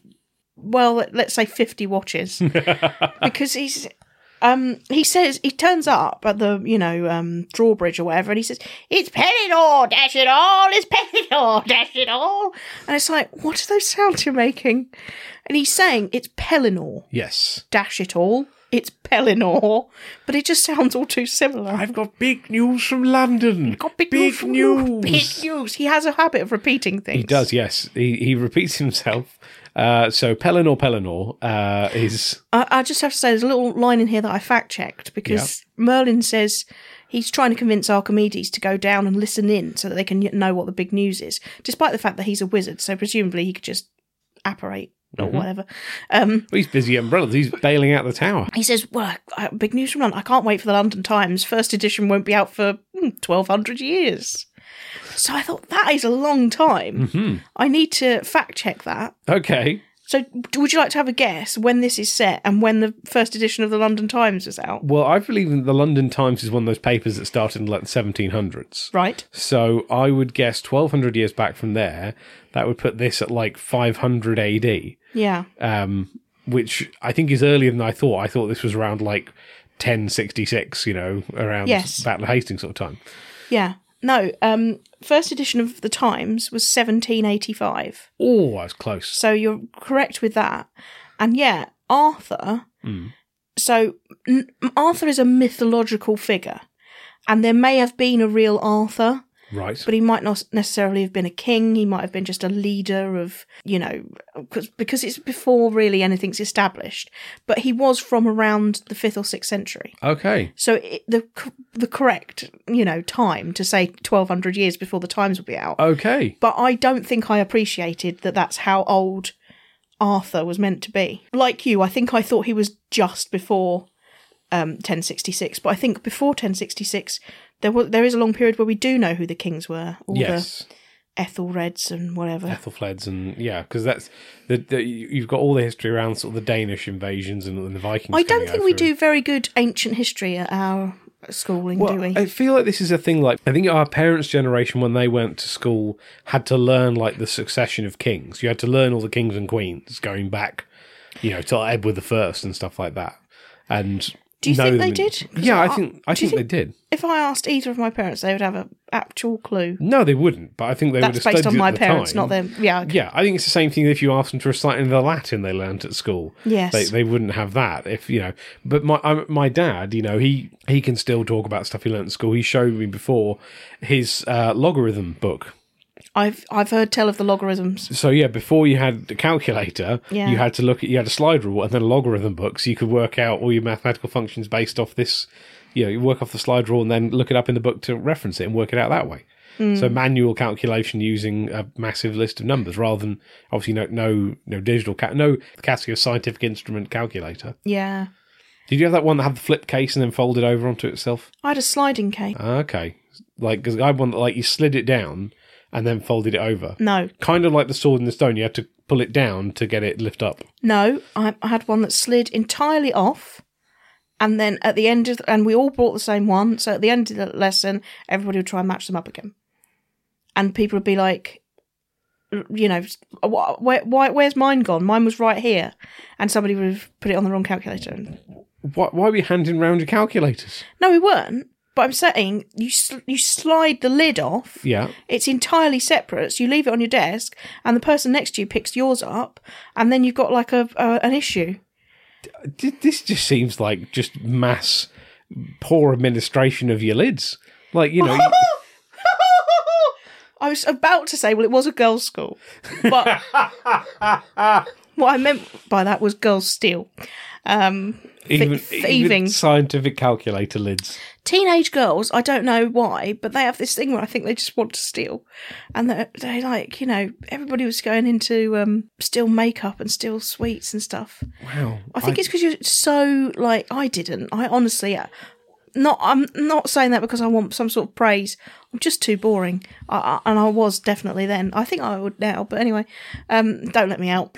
B: Well, let- let's say fifty watches, because he's um, he says he turns up at the you know um, drawbridge or whatever, and he says it's Pellinor, dash it all, it's Pellinor, dash it all, and it's like what are those sounds you're making? And he's saying it's Pellinor,
A: Yes.
B: dash it all, it's Pellinor, but it just sounds all too similar.
A: I've got big news from London.
B: got big, from- big news. He has a habit of repeating things.
A: He does, yes. He, he repeats himself. Uh, so Pellinor Pellinor uh, is
B: I, I just have to say, there's a little line in here that I fact checked because Merlin says he's trying to convince Archimedes to go down and listen in so that they can know what the big news is, despite the fact that he's a wizard. So presumably he could just apparate or whatever. Um,
A: he's busy umbrellas. He's bailing out the tower.
B: he says, "Well, I, I- big news from London. I can't wait for the London Times. First edition won't be out for mm, 1,200 years." So I thought that is a long time. I need to fact check that.
A: Okay.
B: So, d- would you like to have a guess when this is set and when the first edition of the London Times was out?
A: Well, I believe that the London Times is one of those papers that started in like the 1700s.
B: Right.
A: So I would guess 1200 years back from there, that would put this at like 500 AD,
B: Yeah.
A: um, which I think is earlier than I thought. I thought this was around like 1066, you know, around
B: Yes.
A: Battle of Hastings sort of time.
B: Yeah. No. Um. First edition of the Times was 1785.
A: Oh, I was close.
B: So you're correct with that. And yeah, Arthur. So n- Arthur is a mythological figure, and there may have been a real Arthur.
A: Right.
B: but he might not necessarily have been a king. He might have been just a leader of, you know, 'cause- because it's before really anything's established. But he was from around the fifth or sixth century,
A: Okay.
B: so it, the c- the correct, you know, time to say twelve hundred years before the Times would be out.
A: Okay.
B: But I don't think I appreciated that that's how old Arthur was meant to be. Like you, I think I thought he was just before um, 1066, but I think before 1066, there was there is a long period where we do know who the kings were, all
A: Yes.
B: the Ethelreds and whatever.
A: Ethelfleds and yeah, because that's the, the you- you've got all the history around sort of the Danish invasions and, the Vikings.
B: I
A: coming
B: don't think we
A: over.
B: do very good ancient history at our schooling, do we?
A: I feel like this is a thing. Like I think our parents' generation, when they went to school, had to learn like the succession of kings. You had to learn all the kings and queens going back, you know, to like, Edward the First and stuff like that. And
B: Do you
A: know
B: think
A: them
B: they
A: in-
B: did? 'Cause
A: Yeah, I,
B: I-
A: think I
B: do you
A: think, they did.
B: if I asked either of my parents, they would have an actual clue.
A: No, they wouldn't. But I think they
B: That's
A: would have
B: based
A: studied
B: on
A: it
B: my
A: at the
B: parents,
A: time.
B: not them. Yeah, okay.
A: Yeah, I think it's the same thing if you ask them to recite in the Latin they learnt at school.
B: Yes.
A: they, they wouldn't have that if you know. But my I, my dad, you know, he he can still talk about stuff he learnt at school. He showed me before his uh, logarithm book.
B: I've I've heard tell of the logarithms.
A: So yeah, before you had the calculator,
B: Yeah.
A: you had to look at you had a slide rule and then a logarithm book, so you could work out all your mathematical functions based off this. You know, you work off the slide rule and then look it up in the book to reference it and work it out that way. So manual calculation using a massive list of numbers rather than obviously no no no digital ca- no Casio scientific instrument calculator.
B: Yeah.
A: Did you have that one that had the flip case and then folded over onto itself?
B: I had a sliding case.
A: Okay, like because I had one that like you slid it down and then folded it over
B: No,
A: kind of like the sword in the stone. You had to pull it down to get it lift up.
B: no. I, I had one that slid entirely off, and then at the end of, and we all bought the same one. So at the end of the lesson, everybody would try and match them up again, and people would be like, you know, "Wh- where, why, where's mine gone? Mine was right here, and somebody would have put it on the wrong calculator. And,
A: Why, why are we handing round your calculators?
B: no, we weren't. But I'm saying you sl- you slide the lid off.
A: Yeah.
B: It's entirely separate. So you leave it on your desk, and the person next to you picks yours up, and then you've got like a, a an issue.
A: D- This just seems like just mass poor administration of your lids. Like, you know, you-
B: I was about to say, well, it was a girls' school, but what I meant by that was girls' steal. Um,
A: even,
B: thieving.
A: even scientific calculator lids.
B: teenage girls, I don't know why, but they have this thing where I think they just want to steal, and they they like you know everybody was going into um, steal makeup and steal sweets and stuff.
A: Wow.
B: I think it's because you're so like I didn't. I honestly, uh, not I'm not saying that because I want some sort of praise. I'm just too boring, I, I, and I was definitely then. I think I would now, but anyway, um, don't let me out.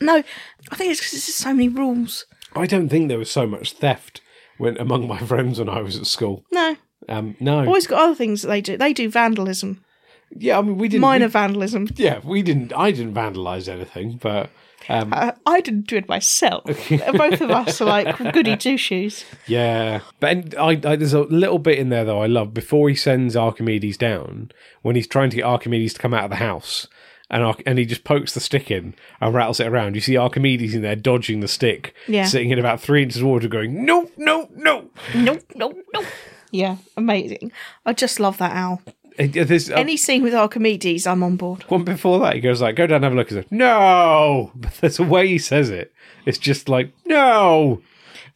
B: no, I think it's because there's just so many rules.
A: I don't think there was so much theft when among my friends when I was at school.
B: No,
A: Um, no,
B: always got other things that they do. They do vandalism,
A: yeah, I mean we didn't.
B: minor
A: we-
B: vandalism.
A: yeah, we didn't. I didn't vandalize anything, but um,
B: Uh, I didn't do it myself. Both of us are like goody two shoes.
A: Yeah, but and I, I there's a little bit in there though I love before he sends Archimedes down when he's trying to get Archimedes to come out of the house. And, Arch- and he just pokes the stick in and rattles it around. You see Archimedes in there dodging the stick,
B: Yeah.
A: sitting in about three inches of water, going, No, no, no.
B: Nope, nope, nope. Yeah, amazing. I just love that owl.
A: And There's uh,
B: Any scene with Archimedes, I'm on board.
A: one before that. He goes, like, Go down and have a look. He's like, No. But there's a way he says it. It's just like, No.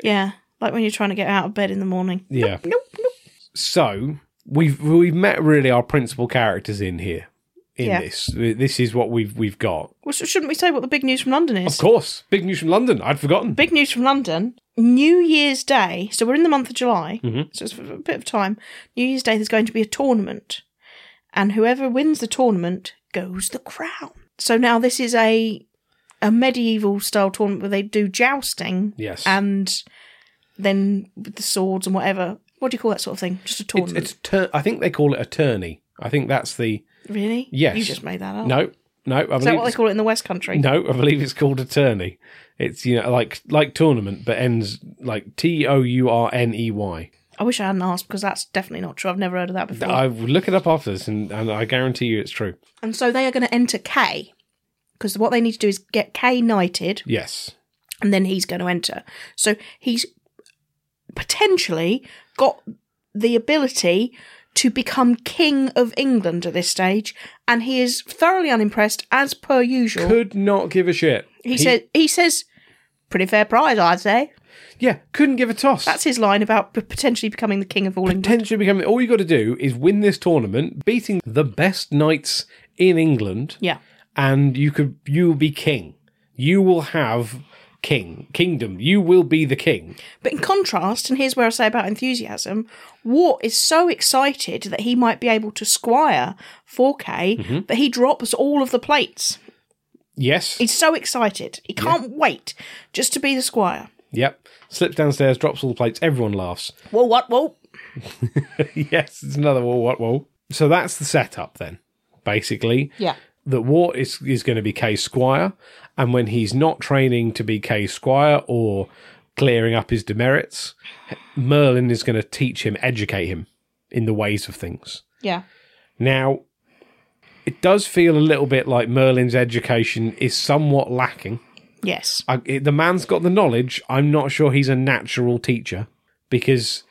B: Yeah, like when you're trying to get out of bed in the morning.
A: Yeah.
B: Nope, nope.
A: so we've we've met really our principal characters in here in
B: Yeah.
A: this this is what we've we've got
B: Well, sh- shouldn't we say what the big news from London
A: of
B: is?
A: course big news from london i'd forgotten
B: Big news from London. New Year's Day. So we're in the month of July.
A: Mm-hmm.
B: So it's a bit of time. New Year's Day, there's going to be a tournament. And whoever wins the tournament goes the crown. So now this is a a medieval style tournament where they do jousting
A: yes
B: and then with the swords and whatever. What do you call that sort of thing? Just a
A: it's,
B: tournament.
A: it's tur- i think they call it a tourney i think that's the
B: really?
A: Yes.
B: You just made that up.
A: no no i
B: Is that
A: believe
B: what they
A: it's,
B: call it in the West Country?
A: no i believe it's called a tourney it's you know like like tournament but ends like t o u r n e y
B: I wish I hadn't asked because that's definitely not true. I've never heard of that before.
A: i will look it up after this and, and i guarantee you it's true
B: And so they are going to enter K because what they need to do is get K knighted
A: yes
B: and then he's going to enter. So he's potentially got the ability to become King of England at this stage and he is thoroughly unimpressed as per usual.
A: could not give a shit
B: he, says he says pretty fair prize I'd say.
A: yeah couldn't give a toss
B: That's his line about p- potentially becoming the king of all England.
A: potentially becoming all you got to do is win this tournament beating the best knights in england
B: Yeah.
A: and you could you will be king you will have king kingdom you will be the king
B: But in contrast, and here's where I say about enthusiasm, Watt is so excited that he might be able to squire 4K that he drops all of the plates.
A: yes
B: He's so excited. He can't wait just to be the squire.
A: yep slips downstairs drops all the plates everyone laughs
B: Whoa, what, whoa.
A: yes it's another wall what wall so that's the setup then basically
B: Yeah.
A: that Wart is, is going to be Kay's Squire, and when he's not training to be Kay's Squire or clearing up his demerits, Merlin is going to teach him, educate him in the ways of things.
B: Yeah.
A: Now, it does feel a little bit like Merlin's education is somewhat lacking.
B: Yes.
A: I, it- the man's got the knowledge. I'm not sure he's a natural teacher because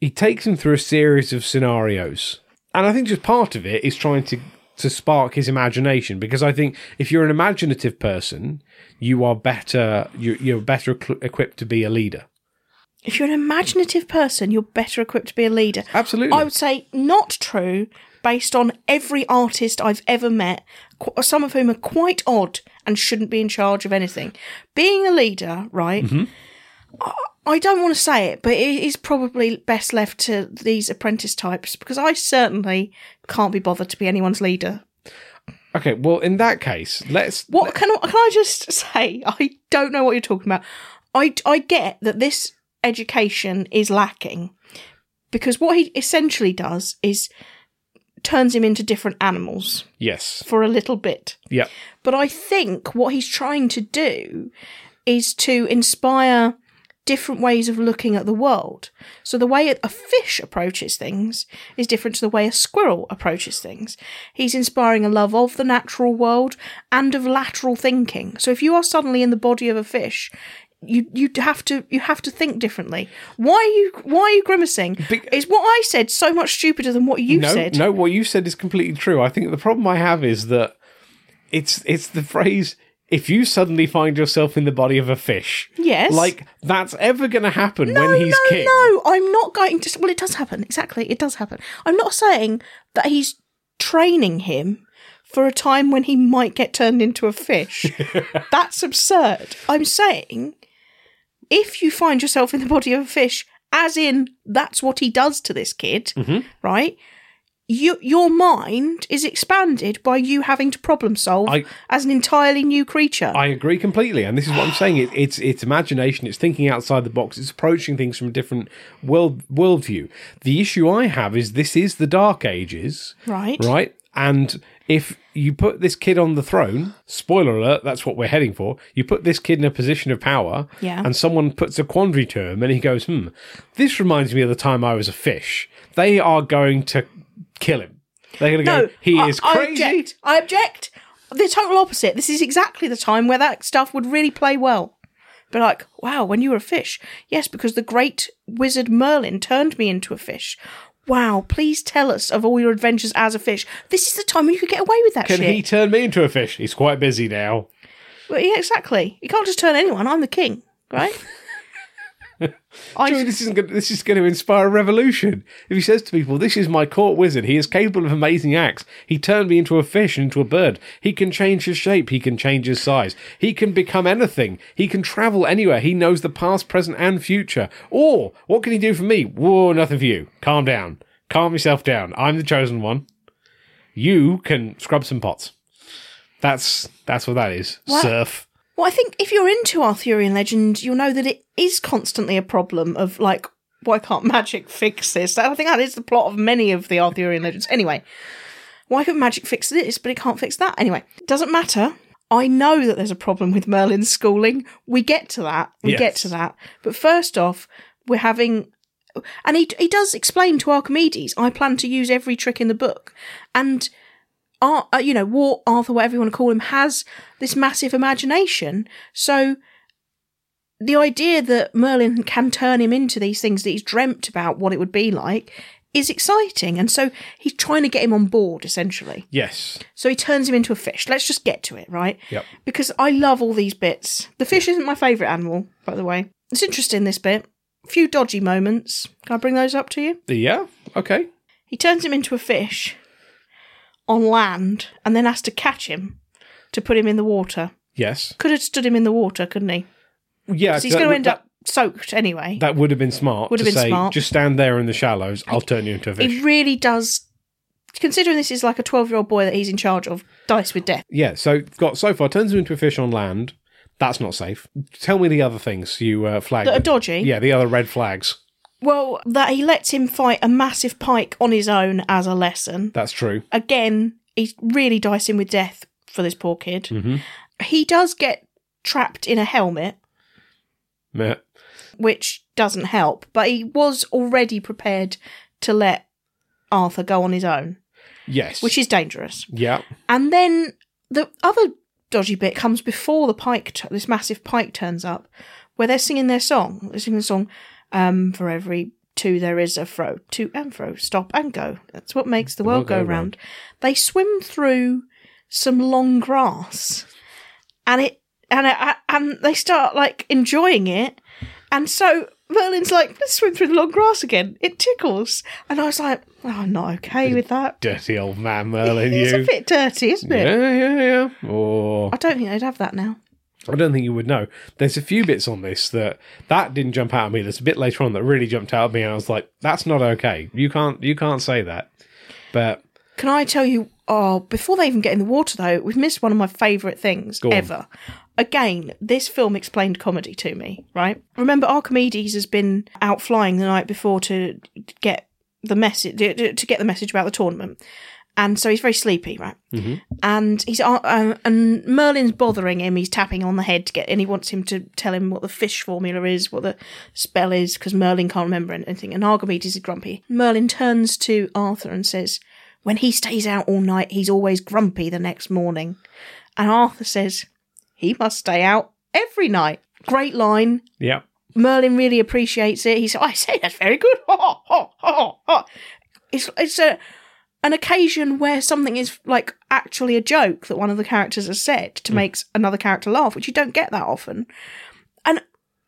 A: he takes him through a series of scenarios. And I think just part of it is trying to, to spark his imagination because I think if you're an imaginative person, you are better, you, you're better equi- equipped to be a leader.
B: If you're an imaginative person, you're better equipped to be a leader.
A: Absolutely.
B: I would say not true based on every artist I've ever met, qu- some of whom are quite odd and shouldn't be in charge of anything. Being a leader, right? I- I don't want to say it, but it is probably best left to these apprentice types because I certainly can't be bothered to be anyone's leader.
A: okay, well, in that case, let's.
B: What can I, can I just say? I don't know what you're talking about. I, I get that this education is lacking because what he essentially does is turns him into different animals
A: Yes.
B: for a little bit.
A: Yeah.
B: But I think what he's trying to do is to inspire different ways of looking at the world. So the way a fish approaches things is different to the way a squirrel approaches things. He's inspiring a love of the natural world and of lateral thinking. So if you are suddenly in the body of a fish, you you have to you have to think differently. Why are you why are you grimacing?
A: Be-
B: is what I said so much stupider than what you
A: no,
B: said?
A: No, what you said is completely true. I think the problem I have is that it's it's the phrase if you suddenly find yourself in the body of a fish.
B: Yes.
A: Like that's ever going to happen
B: No,
A: when he's
B: no,
A: king.
B: no, I'm not going to. Well, it does happen. Exactly, it does happen. I'm not saying that he's training him for a time when he might get turned into a fish. That's absurd. I'm saying if you find yourself in the body of a fish as in that's what he does to this kid,
A: Mhm.
B: right? You, your mind is expanded by you having to problem solve
A: I-
B: as an entirely new creature.
A: I agree completely, and this is what I'm saying. It, it's it's imagination. It's thinking outside the box. It's approaching things from a different world worldview. The issue I have is this is the Dark Ages,
B: Right.
A: Right, and if you put this kid on the throne, spoiler alert, that's what we're heading for. You put this kid in a position of power,
B: Yeah.
A: and someone puts a quandary to him, and he goes, "Hmm, this reminds me of the time I was a fish." They are going to kill him. They're going to
B: no,
A: go. He
B: I-
A: is
B: I
A: crazy.
B: object. I object. The total opposite. This is exactly the time where that stuff would really play well. But like, wow, when you were a fish, yes, because the great wizard Merlin turned me into a fish. Wow, please tell us of all your adventures as a fish. This is the time when you could get away with that
A: Can
B: shit.
A: he turn me into a fish? He's quite busy now.
B: Well, yeah, exactly. You can't just turn anyone. I'm the king, right? I
A: Joey, this isn't gonna, this is going to inspire a revolution. If he says to people, "This is my court wizard. He is capable of amazing acts. He turned me into a fish, into a bird. He can change his shape. He can change his size. He can become anything. He can travel anywhere. He knows the past, present, and future." Or what can he do for me? Whoa, nothing for you. Calm down. Calm yourself down. I'm the chosen one. You can scrub some pots. That's that's what that is.
B: What?
A: Surf.
B: Well, I think if you're into Arthurian legend, you'll know that it is constantly a problem of like, why can't magic fix this? I think that is the plot of many of the Arthurian legends. Anyway, why couldn't magic fix this, but it can't fix that? Anyway, it doesn't matter. I know that there's a problem with Merlin's schooling. We get to that. We
A: Yes.
B: get to that. But first off, we're having. And he, he does explain to Archimedes, I plan to use every trick in the book. And Ar- uh, you know, War Arthur, whatever you want to call him, has this massive imagination. So the idea that Merlin can turn him into these things that he's dreamt about what it would be like is exciting. And so he's trying to get him on board, essentially.
A: Yes.
B: So he turns him into a fish. Let's just get to it, right?
A: Yep.
B: Because I love all these bits. The fish isn't my favourite animal, by the way. It's interesting, this bit. A few dodgy moments. Can I bring those up to you?
A: Yeah. Okay.
B: He turns him into a fish on land and then has to catch him to put him in the water.
A: Yes.
B: Could have stood him in the water, couldn't he?
A: Yeah.
B: 'Cause he's
A: that-
B: going to end
A: that-
B: up soaked anyway.
A: That would have been smart.
B: Would
A: to
B: have been
A: say,
B: smart.
A: Just stand there in the shallows. I'll turn you into a fish.
B: It really does. Considering this is like a 12 year old boy that he's in charge of, dice with death.
A: yeah. So got so far turns him into a fish on land. That's not safe. Tell me the other things you uh, flagged.
B: That are dodgy.
A: Yeah, the other red flags.
B: Well, that he lets him fight a massive pike on his own as a lesson.
A: That's true.
B: Again, he's really dicing with death for this poor kid.
A: Mhm.
B: He does get trapped in a helmet
A: Meh.
B: which doesn't help. But he was already prepared to let Arthur go on his own,
A: Yes.
B: which is dangerous.
A: yeah.
B: And then the other dodgy bit comes before the pike, t- this massive pike turns up, where they're singing their song. They're singing the song, um, For Every Two There Is a Fro, to and fro, stop and go. That's what makes the world go, round. They swim through some long grass and it and it, and they start like enjoying it and so merlin's like let's swim through the long grass again it tickles and i was like oh, i'm not okay with that
A: Dirty old man Merlin,
B: it's
A: you.
B: a bit dirty isn't it
A: yeah, yeah, yeah. Oh,
B: i don't think they'd have that now
A: I don't think you would know. There's a few bits on this that that didn't jump out at me. There's a bit later on that really jumped out at me, and I was like, "That's not okay. You can't, you can't say that." But
B: can i tell you oh before they even get in the water though we've missed one of my favourite things
A: on.
B: ever again this film explained comedy to me right remember archimedes has been out flying the night before to get the message to to get the message about the tournament and so he's very sleepy right
A: Mhm.
B: and he's uh, um, and Merlin's bothering him. He's tapping on the head to get, and he wants him to tell him what the fish formula is, what the spell is, because Merlin can't remember anything. And Archimedes is grumpy. Merlin turns to Arthur and says, "When he stays out all night, he's always grumpy the next morning." And Arthur says, "He must stay out every night." Great line.
A: yeah,
B: Merlin really appreciates it. He said, "Oh, "I say that's very good." Ha, ha, ha, ha, ha. It's it's a an occasion where something is like actually a joke that one of the characters has said to make another character laugh, which you don't get that often. And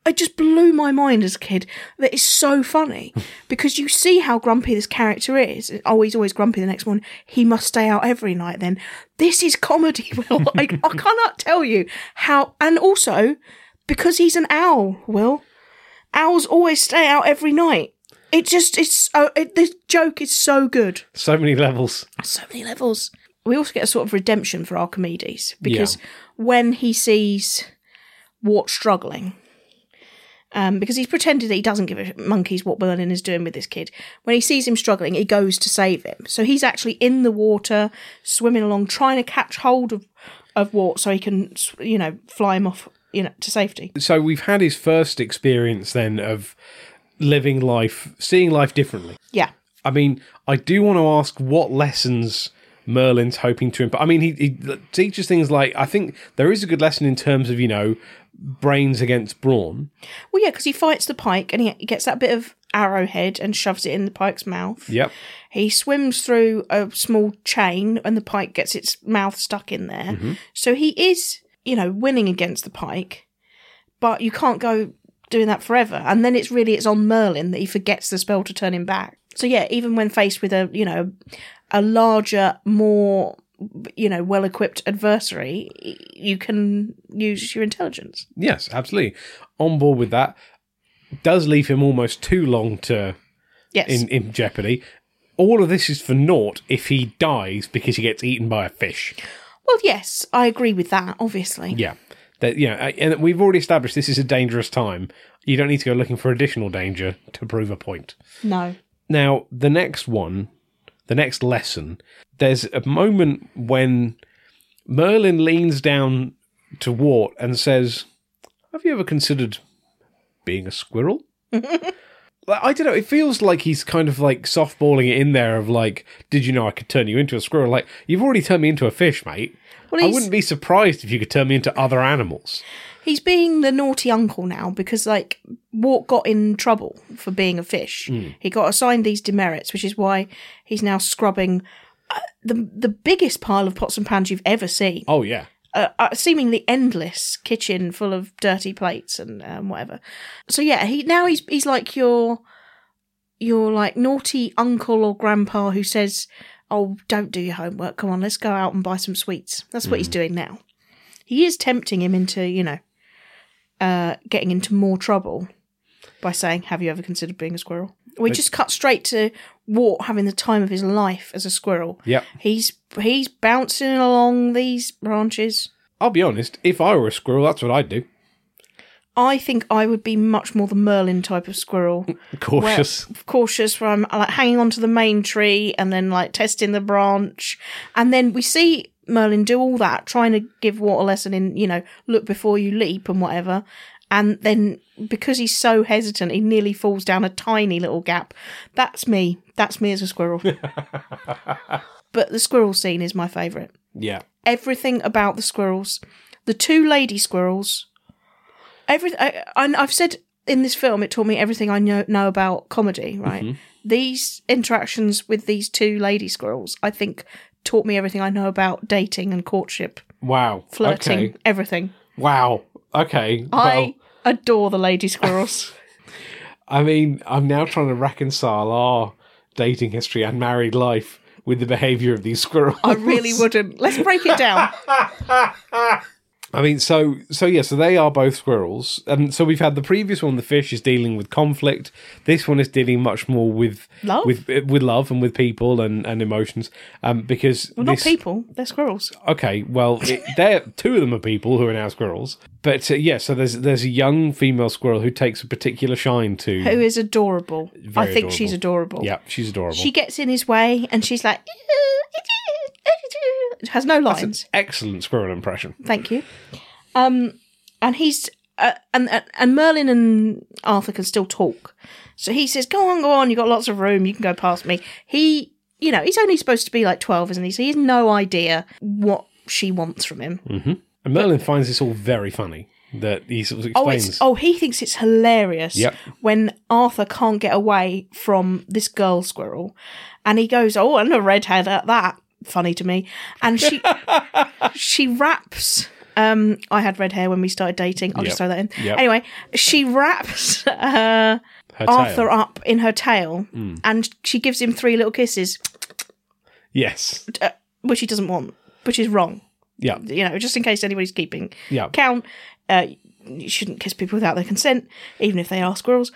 B: it just blew my mind as a kid that it's so funny because you see how grumpy this character is. Oh, he's always grumpy the next morning. He must stay out every night then. This is comedy, Will. I, I cannot tell you how. And also, because he's an owl, Will, owls always stay out every night. It just it's so it, the joke is so good.
A: So many levels.
B: So many levels. We also get a sort of redemption for Archimedes because when he sees Wart struggling, um, because he's pretended that he doesn't give a monkeys what Berlin is doing with this kid. When he sees him struggling, he goes to save him. So he's actually in the water, swimming along, trying to catch hold of of Wart so he can, you know, fly him off, you know, to safety.
A: So we've had his first experience then of living life, seeing life differently.
B: Yeah.
A: I mean, I do want to ask what lessons Merlin's hoping to impart. I mean, he, he teaches things like I think there is a good lesson in terms of you know brains against brawn.
B: Well, yeah, because he fights the pike and he he gets that bit of arrowhead and shoves it in the pike's mouth.
A: Yep.
B: He swims through a small chain and the pike gets its mouth stuck in there. So he is, you know, winning against the pike, but you can't go doing that forever. And then it's really it's on Merlin that he forgets the spell to turn him back. So yeah, even when faced with a, you know, a larger, more you know, well equipped adversary, y- you can use your intelligence.
A: Yes, absolutely. On board with that. Does leave him almost too long to
B: Yes.
A: in, in jeopardy. All of this is for naught if he dies because he gets eaten by a fish.
B: Well, yes, I agree with that, obviously.
A: Yeah. That you know, and we've already established this is a dangerous time. You don't need to go looking for additional danger to prove a point.
B: No.
A: Now, the next one, the next lesson, there's a moment when Merlin leans down to Wart and says, Have you ever considered being a squirrel? Like, I don't know. It feels like he's kind of like softballing it in there of like, did you know I could turn you into a squirrel? Like, you've already turned me into a fish, mate.
B: Well,
A: I
B: he's,
A: wouldn't be surprised if you could turn me into other animals.
B: he's being the naughty uncle now because, like, Wart got in trouble for being a fish.
A: Hmm.
B: He got assigned these demerits, which is why he's now scrubbing uh, the the biggest pile of pots and pans you've ever seen.
A: Oh, yeah.
B: a, a seemingly endless kitchen full of dirty plates and um, whatever. So yeah, he now he's he's like your your like naughty uncle or grandpa who says, "Oh, don't do your homework. Come on, let's go out and buy some sweets." That's what he's doing now. He is tempting him into you know uh, getting into more trouble by saying, "Have you ever considered being a squirrel?" We just cut straight to Wart having the time of his life as a squirrel.
A: Yep.
B: He's he's bouncing along these branches.
A: I'll be honest. If I were a squirrel, that's what I'd do.
B: I think I would be much more the Merlin type of squirrel, where-
A: Cautious.
B: cautious. Where I'm like hanging onto the main tree and then like testing the branch, and then we see Merlin do all that, trying to give Wart a lesson in you know look before you leap and whatever. And then because he's so hesitant, he nearly falls down a tiny little gap. That's me. That's me as a squirrel. but the squirrel scene is my favourite.
A: yeah.
B: everything about the squirrels, the two lady squirrels. Every I, I, I've said in this film, it taught me everything I know know about comedy. Right,
A: Mm-hmm.
B: these interactions with these two lady squirrels, I think, taught me everything I know about dating and courtship,
A: Wow.
B: flirting,
A: Okay.
B: everything.
A: Wow. Okay.
B: I adore the lady squirrels.
A: I mean, I'm now trying to reconcile our dating history and married life with the behavior of these squirrels.
B: I really wouldn't. Let's break it down.
A: I mean, so so yeah, so they are both squirrels, and so we've had the previous one. The fish is dealing with conflict. This one is dealing much more with
B: Love?
A: with with love and with people and and emotions. Um, because
B: Well, not
A: this-
B: people, they're squirrels.
A: okay, well, it, they're two of them are people who are now squirrels. But uh, yeah, so there's there's a young female squirrel who takes a particular shine to.
B: Who is adorable? I
A: Very
B: think she's adorable.
A: yeah, she's adorable.
B: She gets in his way and she's like, has no lines.
A: Excellent squirrel impression.
B: Thank you. Um, and he's uh, and and- and Merlin and Arthur can still talk, so he says, "Go on, go on. You've got lots of room. You can go past me." He, you know, he's only supposed to be like twelve, isn't he? So he has no idea what she wants from him.
A: And Merlin finds this all very funny that he sort of
B: Oh,
A: explains.
B: it's, oh, he thinks it's hilarious
A: Yep.
B: when Arthur can't get away from this girl squirrel, and he goes, "Oh, and a redhead at that." Funny to me, and she she wraps. Um, I had red hair when we started dating. I'll just
A: Yep.
B: throw that in.
A: Yep.
B: Anyway, she wraps uh,
A: her tail. Hmm.
B: Arthur up in her tail, and she gives him three little kisses,
A: Yes.
B: uh, which he doesn't want, which is wrong.
A: Yeah.
B: You know, just in case anybody's keeping
A: Yeah.
B: count. Uh, you shouldn't kiss people without their consent, even if they are squirrels.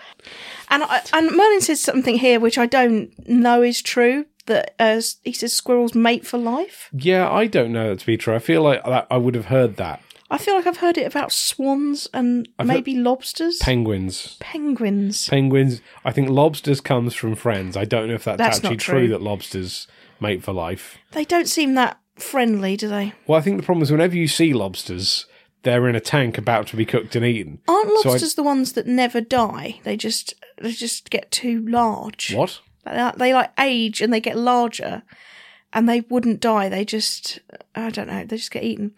B: And I, and Merlin says something here which I don't know is true. That uh, he says squirrels mate for life.
A: Yeah, I don't know that to be true. I feel like that, I would have heard that.
B: I feel like I've heard it about swans and
A: I've heard-
B: maybe lobsters,
A: Penguins.
B: penguins.
A: Penguins. I think lobsters comes from friends. I don't know if that's,
B: That's
A: actually
B: not
A: true.
B: true.
A: that lobsters mate for life.
B: They don't seem that friendly, do they?
A: Well, I think the problem is whenever you see lobsters, they're in a tank about to be cooked and eaten.
B: Aren't
A: So I-
B: lobsters the ones that never die? They just they just get too large.
A: What?
B: Like, They, they like age and they get larger, and they wouldn't die. They just I don't know. They just get eaten.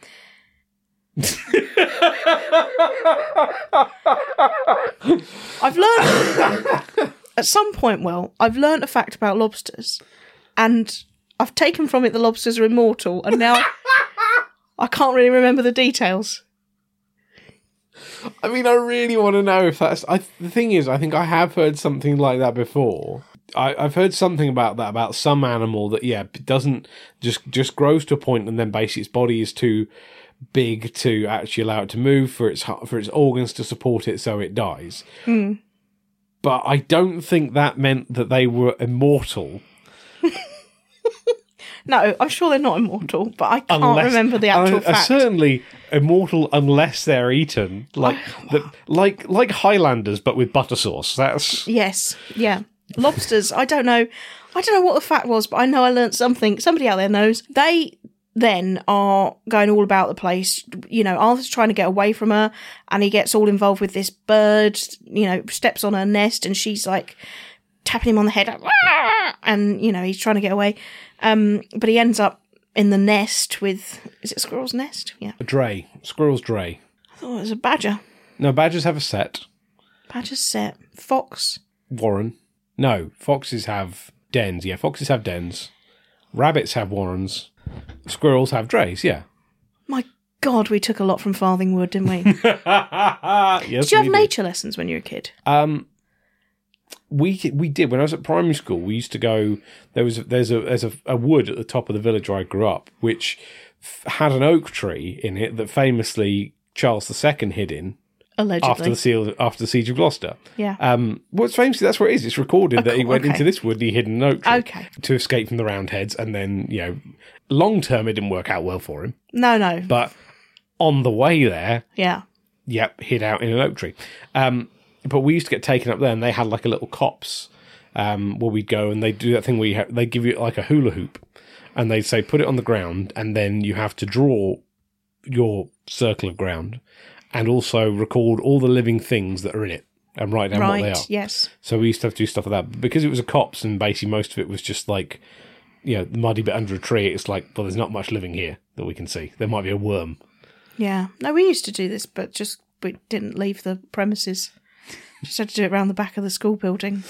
B: I've learned at some point. Well, I've learned a fact about lobsters, and I've taken from it the lobsters are immortal, and now I can't really remember the details.
A: I mean, I really want to know if that's. I, the thing is, I think I have heard something like that before. I, I've heard something about that about some animal that yeah it doesn't just just grows to a point and then basically its body is too big to actually allow it to move for its hu- for its organs to support it, so it dies.
B: Hmm.
A: But I don't think that meant that they were immortal.
B: No, I'm sure they're not immortal, but I can't
A: unless-
B: remember the
A: and
B: actual
A: are
B: fact.
A: Certainly immortal unless they're eaten, like the, like like Highlanders, but with butter sauce. That's
B: Yes, yeah. Lobsters, I don't know. I don't know what the fact was, but I know I learnt something. Somebody out there knows. They then are going all about the place. You know, Arthur's trying to get away from her and he gets all involved with this bird, you know, steps on her nest and she's like tapping him on the head and, you know, he's trying to get away. Um, but he ends up in the nest with, is it a squirrel's nest? Yeah.
A: a dray. Squirrels dray.
B: I thought it was a badger.
A: No, badgers have a set.
B: Badger's set. Fox.
A: Warren. No, foxes have dens. Yeah, foxes have dens. Rabbits have warrens. Squirrels have drays. Yeah.
B: My God, we took a lot from Farthing Wood, didn't we?
A: yes,
B: Did you have
A: we
B: nature lessons when you were a kid?
A: Um, we we did when I was at primary school. We used to go. There was there's a there's a, a wood at the top of the village where I grew up, which f- had an oak tree in it that famously Charles II hid in
B: Allegedly.
A: after the seal after the siege of Gloucester.
B: yeah.
A: Um, well, it's famously that's where it is. It's recorded that he
B: cool,
A: went
B: okay.
A: into this wood and he hid an oak tree
B: okay.
A: to escape from the Roundheads, and then you know, long term it didn't work out well for him.
B: No, no.
A: But on the way there,
B: yeah.
A: yep, hid out in an oak tree. Um, but we used to get taken up there, and they had like a little copse um, where we'd go, and they do that thing where you ha- they give you like a hula hoop, and they'd say put it on the ground, and then you have to draw your circle of ground, and also record all the living things that are in it, and write down what they
B: Right.
A: are.
B: Yes.
A: So we used to have to do stuff like that. But because it was a copse and basically most of it was just like, you know, muddy bit under a tree, it's like, well, there's not much living here that we can see. There might be a worm.
B: Yeah. No, we used to do this, but just we didn't leave the premises. Just had to do it around the back of the school building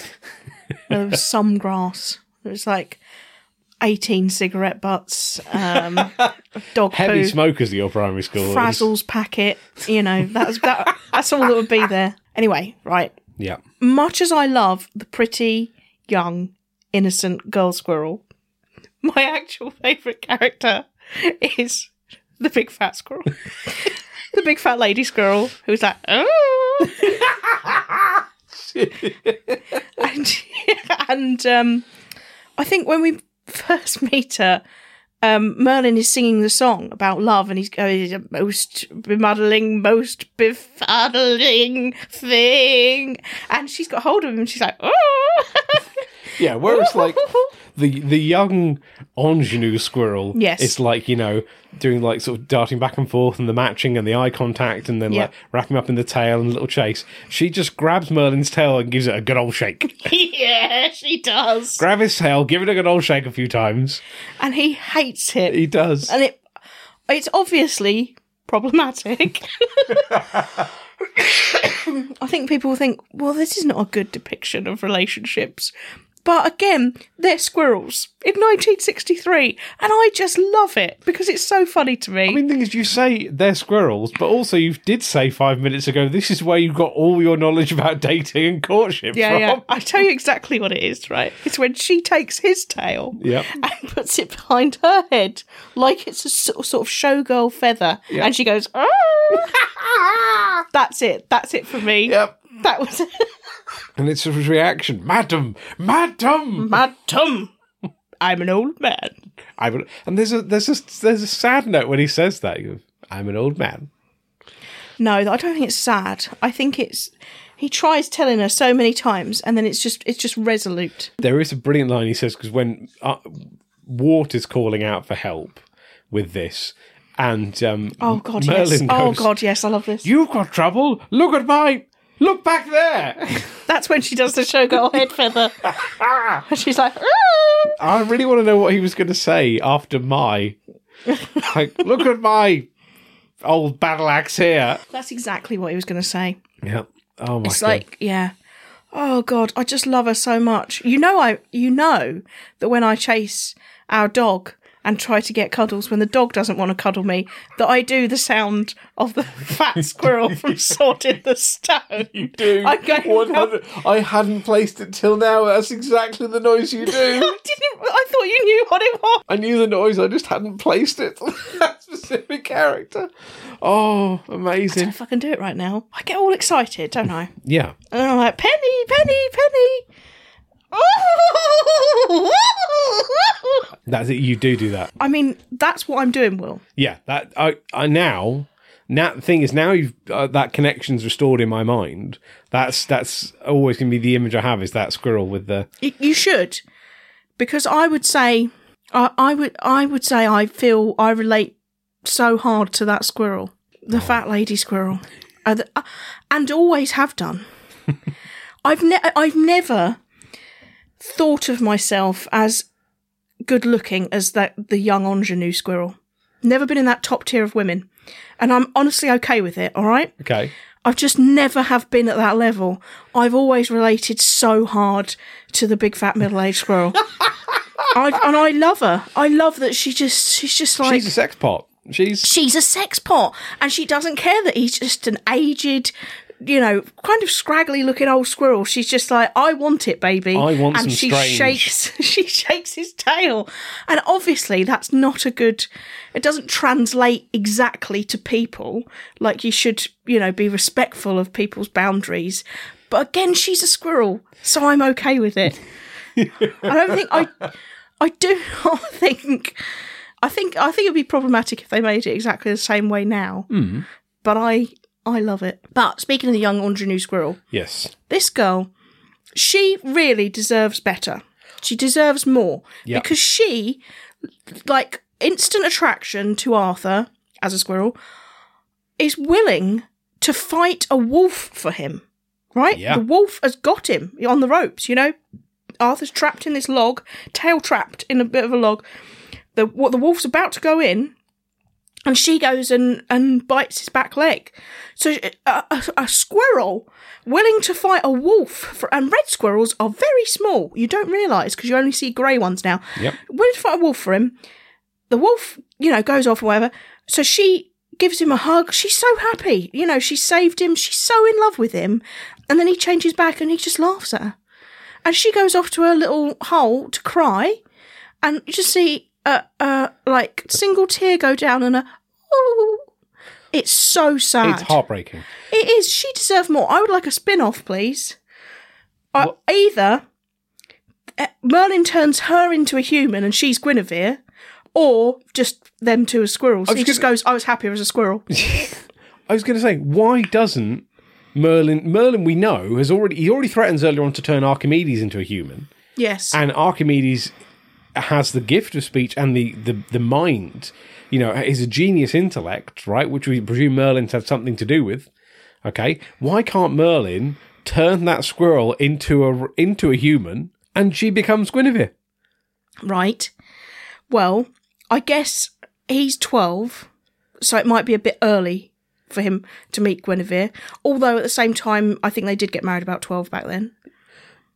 B: where there was some grass. It was like 18 cigarette butts, um, dog
A: Heavy
B: poo.
A: smokers at your primary school.
B: Frazzle's packet, you know, that's that, that's all that would be there. Anyway, right.
A: Yeah.
B: much as I love the pretty, young, innocent girl squirrel, my actual favourite character is the big fat squirrel. the big fat lady squirrel who's like, oh. and and um, I think when we first meet her, um, Merlin is singing the song about love, and he's going, most bemuddling, most befuddling thing. And she's got hold of him, and she's like, oh.
A: Yeah. Whereas like the the young ingenue squirrel
B: Yes.
A: it's like, you know, doing like sort of darting back and forth and the matching and the eye contact and then
B: Yeah.
A: like wrapping up in the tail and a little chase. She just grabs Merlin's tail and gives it a good old shake.
B: yeah, she does.
A: Grab his tail, give it a good old shake a few times.
B: And he hates it.
A: He does.
B: And it it's obviously problematic. I think people think, well, this is not a good depiction of relationships. But again, they're squirrels in 1963, and I just love it because it's so funny to me.
A: I mean, the thing is, you say they're squirrels, but also you did say five minutes ago this is where you got all your knowledge about dating and courtship
B: yeah,
A: from.
B: yeah. I tell you exactly what it is, right? It's when she takes his tail
A: Yep.
B: and puts it behind her head like it's a sort of, sort of showgirl feather,
A: Yeah.
B: and she goes, "Oh." That's it. That's it for me.
A: Yep.
B: That was it.
A: And it's a reaction, madam,
B: Mm.
A: madam.
B: Madam, I'm an old man.
A: I will, and there's a there's a there's a sad note when he says that. He goes, I'm an old man.
B: No, I don't think it's sad. I think it's he tries telling her so many times, and then it's just it's just resolute.
A: There is a brilliant line he says because when uh, Wart is calling out for help with this, and um,
B: Oh God, yes.
A: Merlin
B: oh
A: goes,
B: God, yes. I love this.
A: you've got trouble. Look at my look back there.
B: That's when she does the showgirl head feather. and she's like, "Ah!"
A: I really want to know what he was going to say after my. like, look at my old battle axe here.
B: that's exactly what he was going to say.
A: Yeah. Oh my
B: It's
A: god.
B: like, yeah. Oh God, I just love her so much. You know, I you know that when I chase our dog and try to get cuddles when the dog doesn't want to cuddle me, that I do the sound of the fat squirrel from Sword in the Stone.
A: you do.
B: I can't- 100
A: I hadn't placed it till now. That's exactly the noise you do.
B: I didn't. I thought you knew what it was.
A: I knew the noise. I just hadn't placed it. that specific character. Oh,
B: I
A: amazing.
B: fucking do it right now. I get all excited, don't I?
A: Yeah.
B: And I'm like, Penny, Penny, Penny. Oh!
A: That's it. You do do that.
B: I mean, that's what I'm doing, Will.
A: Yeah, that I, I now now the thing is now you've uh, that connection's restored in my mind. That's that's always going to be the image I have is that squirrel with the
B: You, you should, because I would say, I, I would, I would say, I feel I relate so hard to that squirrel, the fat lady squirrel, Uh, the- uh, and always have done. I've ne- I've never thought of myself as good looking as that the young ingenue squirrel. Never been in that top tier of women, and I'm honestly okay with it. All right.
A: okay.
B: I've just never have been at that level. I've always related so hard to the big fat middle aged squirrel. I, and I love her. I love that she just she's just like
A: She's a
B: she's
A: sex pot. She's
B: a, sex pot, and she doesn't care that he's just an aged, you know, kind of scraggly looking old squirrel. She's just like, I want it, baby.
A: I want
B: and
A: some
B: she
A: strange.
B: shakes she shakes his tail, and obviously that's not a good. It doesn't translate exactly to people. Like you should, you know, be respectful of people's boundaries. But again, she's a squirrel, so I'm okay with it. I don't think I. I do not think. I think I think it'd be problematic if they made it exactly the same way now. But I I love it. But speaking of the young ingenue squirrel,
A: yes.
B: this girl, she really deserves better. She deserves more
A: Yeah.
B: because she, like, instant attraction to Arthur as a squirrel, is willing to fight a wolf for him. Right?
A: Yeah.
B: The wolf has got him on the ropes. You know, Arthur's trapped in this log, tail trapped in a bit of a log. The what the wolf's about to go in, and she goes and, and bites his back leg. So uh, a, a squirrel willing to fight a wolf, for, and red squirrels are very small. You don't realise because you only see grey ones now.
A: Yep.
B: Willing to fight a wolf for him. The wolf, you know, goes off or whatever. So she gives him a hug. She's so happy. You know, she saved him. She's so in love with him. And then he changes back and he just laughs at her. And she goes off to her little hole to cry and you just see a, a like single tear go down and a oh it's so sad
A: It's heartbreaking.
B: it is she deserved more i would like a spin-off please uh,
A: What-
B: either uh, merlin turns her into a human and she's guinevere or just them two as squirrels
A: was
B: he just
A: gonna-
B: goes i was happier as a squirrel
A: I was going to say why doesn't Merlin Merlin we know has already he already threatens earlier on to turn Archimedes into a human.
B: yes
A: and Archimedes has the gift of speech and the, the, the mind, you know, is a genius intellect, right? Which we presume Merlin's had something to do with. Okay, why can't Merlin turn that squirrel into a into a human and she becomes Guinevere?
B: right? Well, I guess he's 12, so it might be a bit early for him to meet Guinevere. Although at the same time, I think they did get married about 12 back then.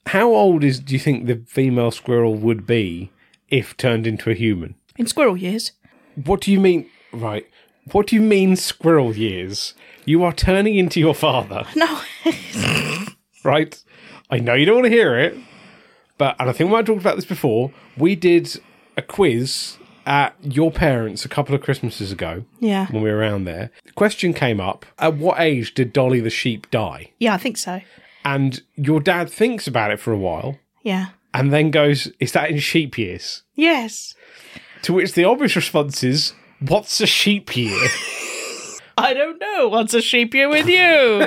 A: How old is do you think the female squirrel would be if turned into a human?
B: in squirrel years.
A: What do you mean? Right. What do you mean, squirrel years? You are turning into your father,
B: No,
A: right? I know you don't want to hear it, but, and I think we might have talked about this before, we did a quiz at your parents a couple of Christmases ago
B: yeah,
A: when we were around there. The question came up At what age did Dolly the sheep die?
B: yeah, I think so.
A: And your dad thinks about it for a while
B: Yeah,
A: and then goes, Is that in sheep years?
B: yes,
A: To which the obvious response is, What's a sheep year?
B: I don't know. What's a sheep year with you?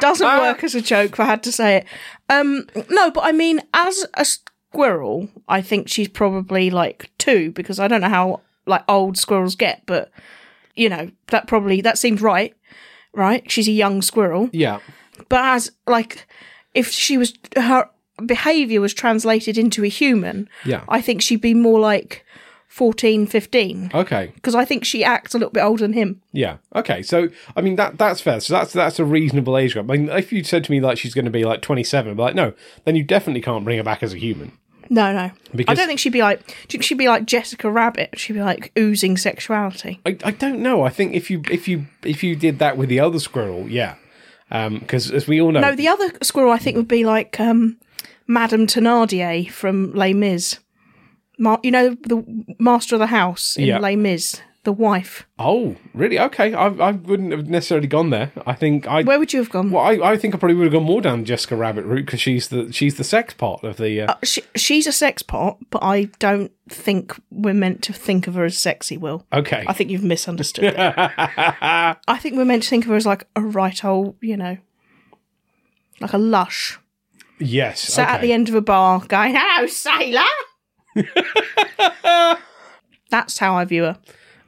B: Doesn't work as a joke. I had to say it. Um, no, but I mean, as a squirrel, I think she's probably like two because I don't know how like old squirrels get, but you know that probably that seems right. Right, she's a young squirrel.
A: yeah.
B: but as like if she was her behavior was translated into a human
A: Yeah.
B: i think she'd be more like 14 15
A: Okay.
B: because i think she acts a little bit older than him
A: Yeah. Okay. So I mean that that's fair. So that's that's a reasonable age gap. I mean, if you said to me like she's going to be like twenty seven, I'd be like no, then you definitely can't bring her back as a human.
B: no no i
A: Because-
B: don't think she'd be like do you think she'd be like jessica rabbit she'd be like oozing sexuality
A: I, I don't know. I think if you if you if you did that with the other squirrel, yeah, because as we all know,
B: no the other squirrel i think would be like um madame thenardier from les mis Ma- you know the master of the house in
A: Yeah.
B: les mis the wife
A: oh really? Okay, I I wouldn't have necessarily gone there. I think I.
B: where would you have gone
A: well, I, I think I probably would have gone more down the Jessica Rabbit route because she's the she's the sex part of the. Uh,
B: she, she's a sex pot, but I don't think we're meant to think of her as sexy, Will.
A: okay.
B: I think you've misunderstood. it. I think we're meant to think of her as like a right old, you know, like a lush.
A: yes.
B: Sat
A: okay.
B: at the end of a bar going, hello, sailor. That's how I view her.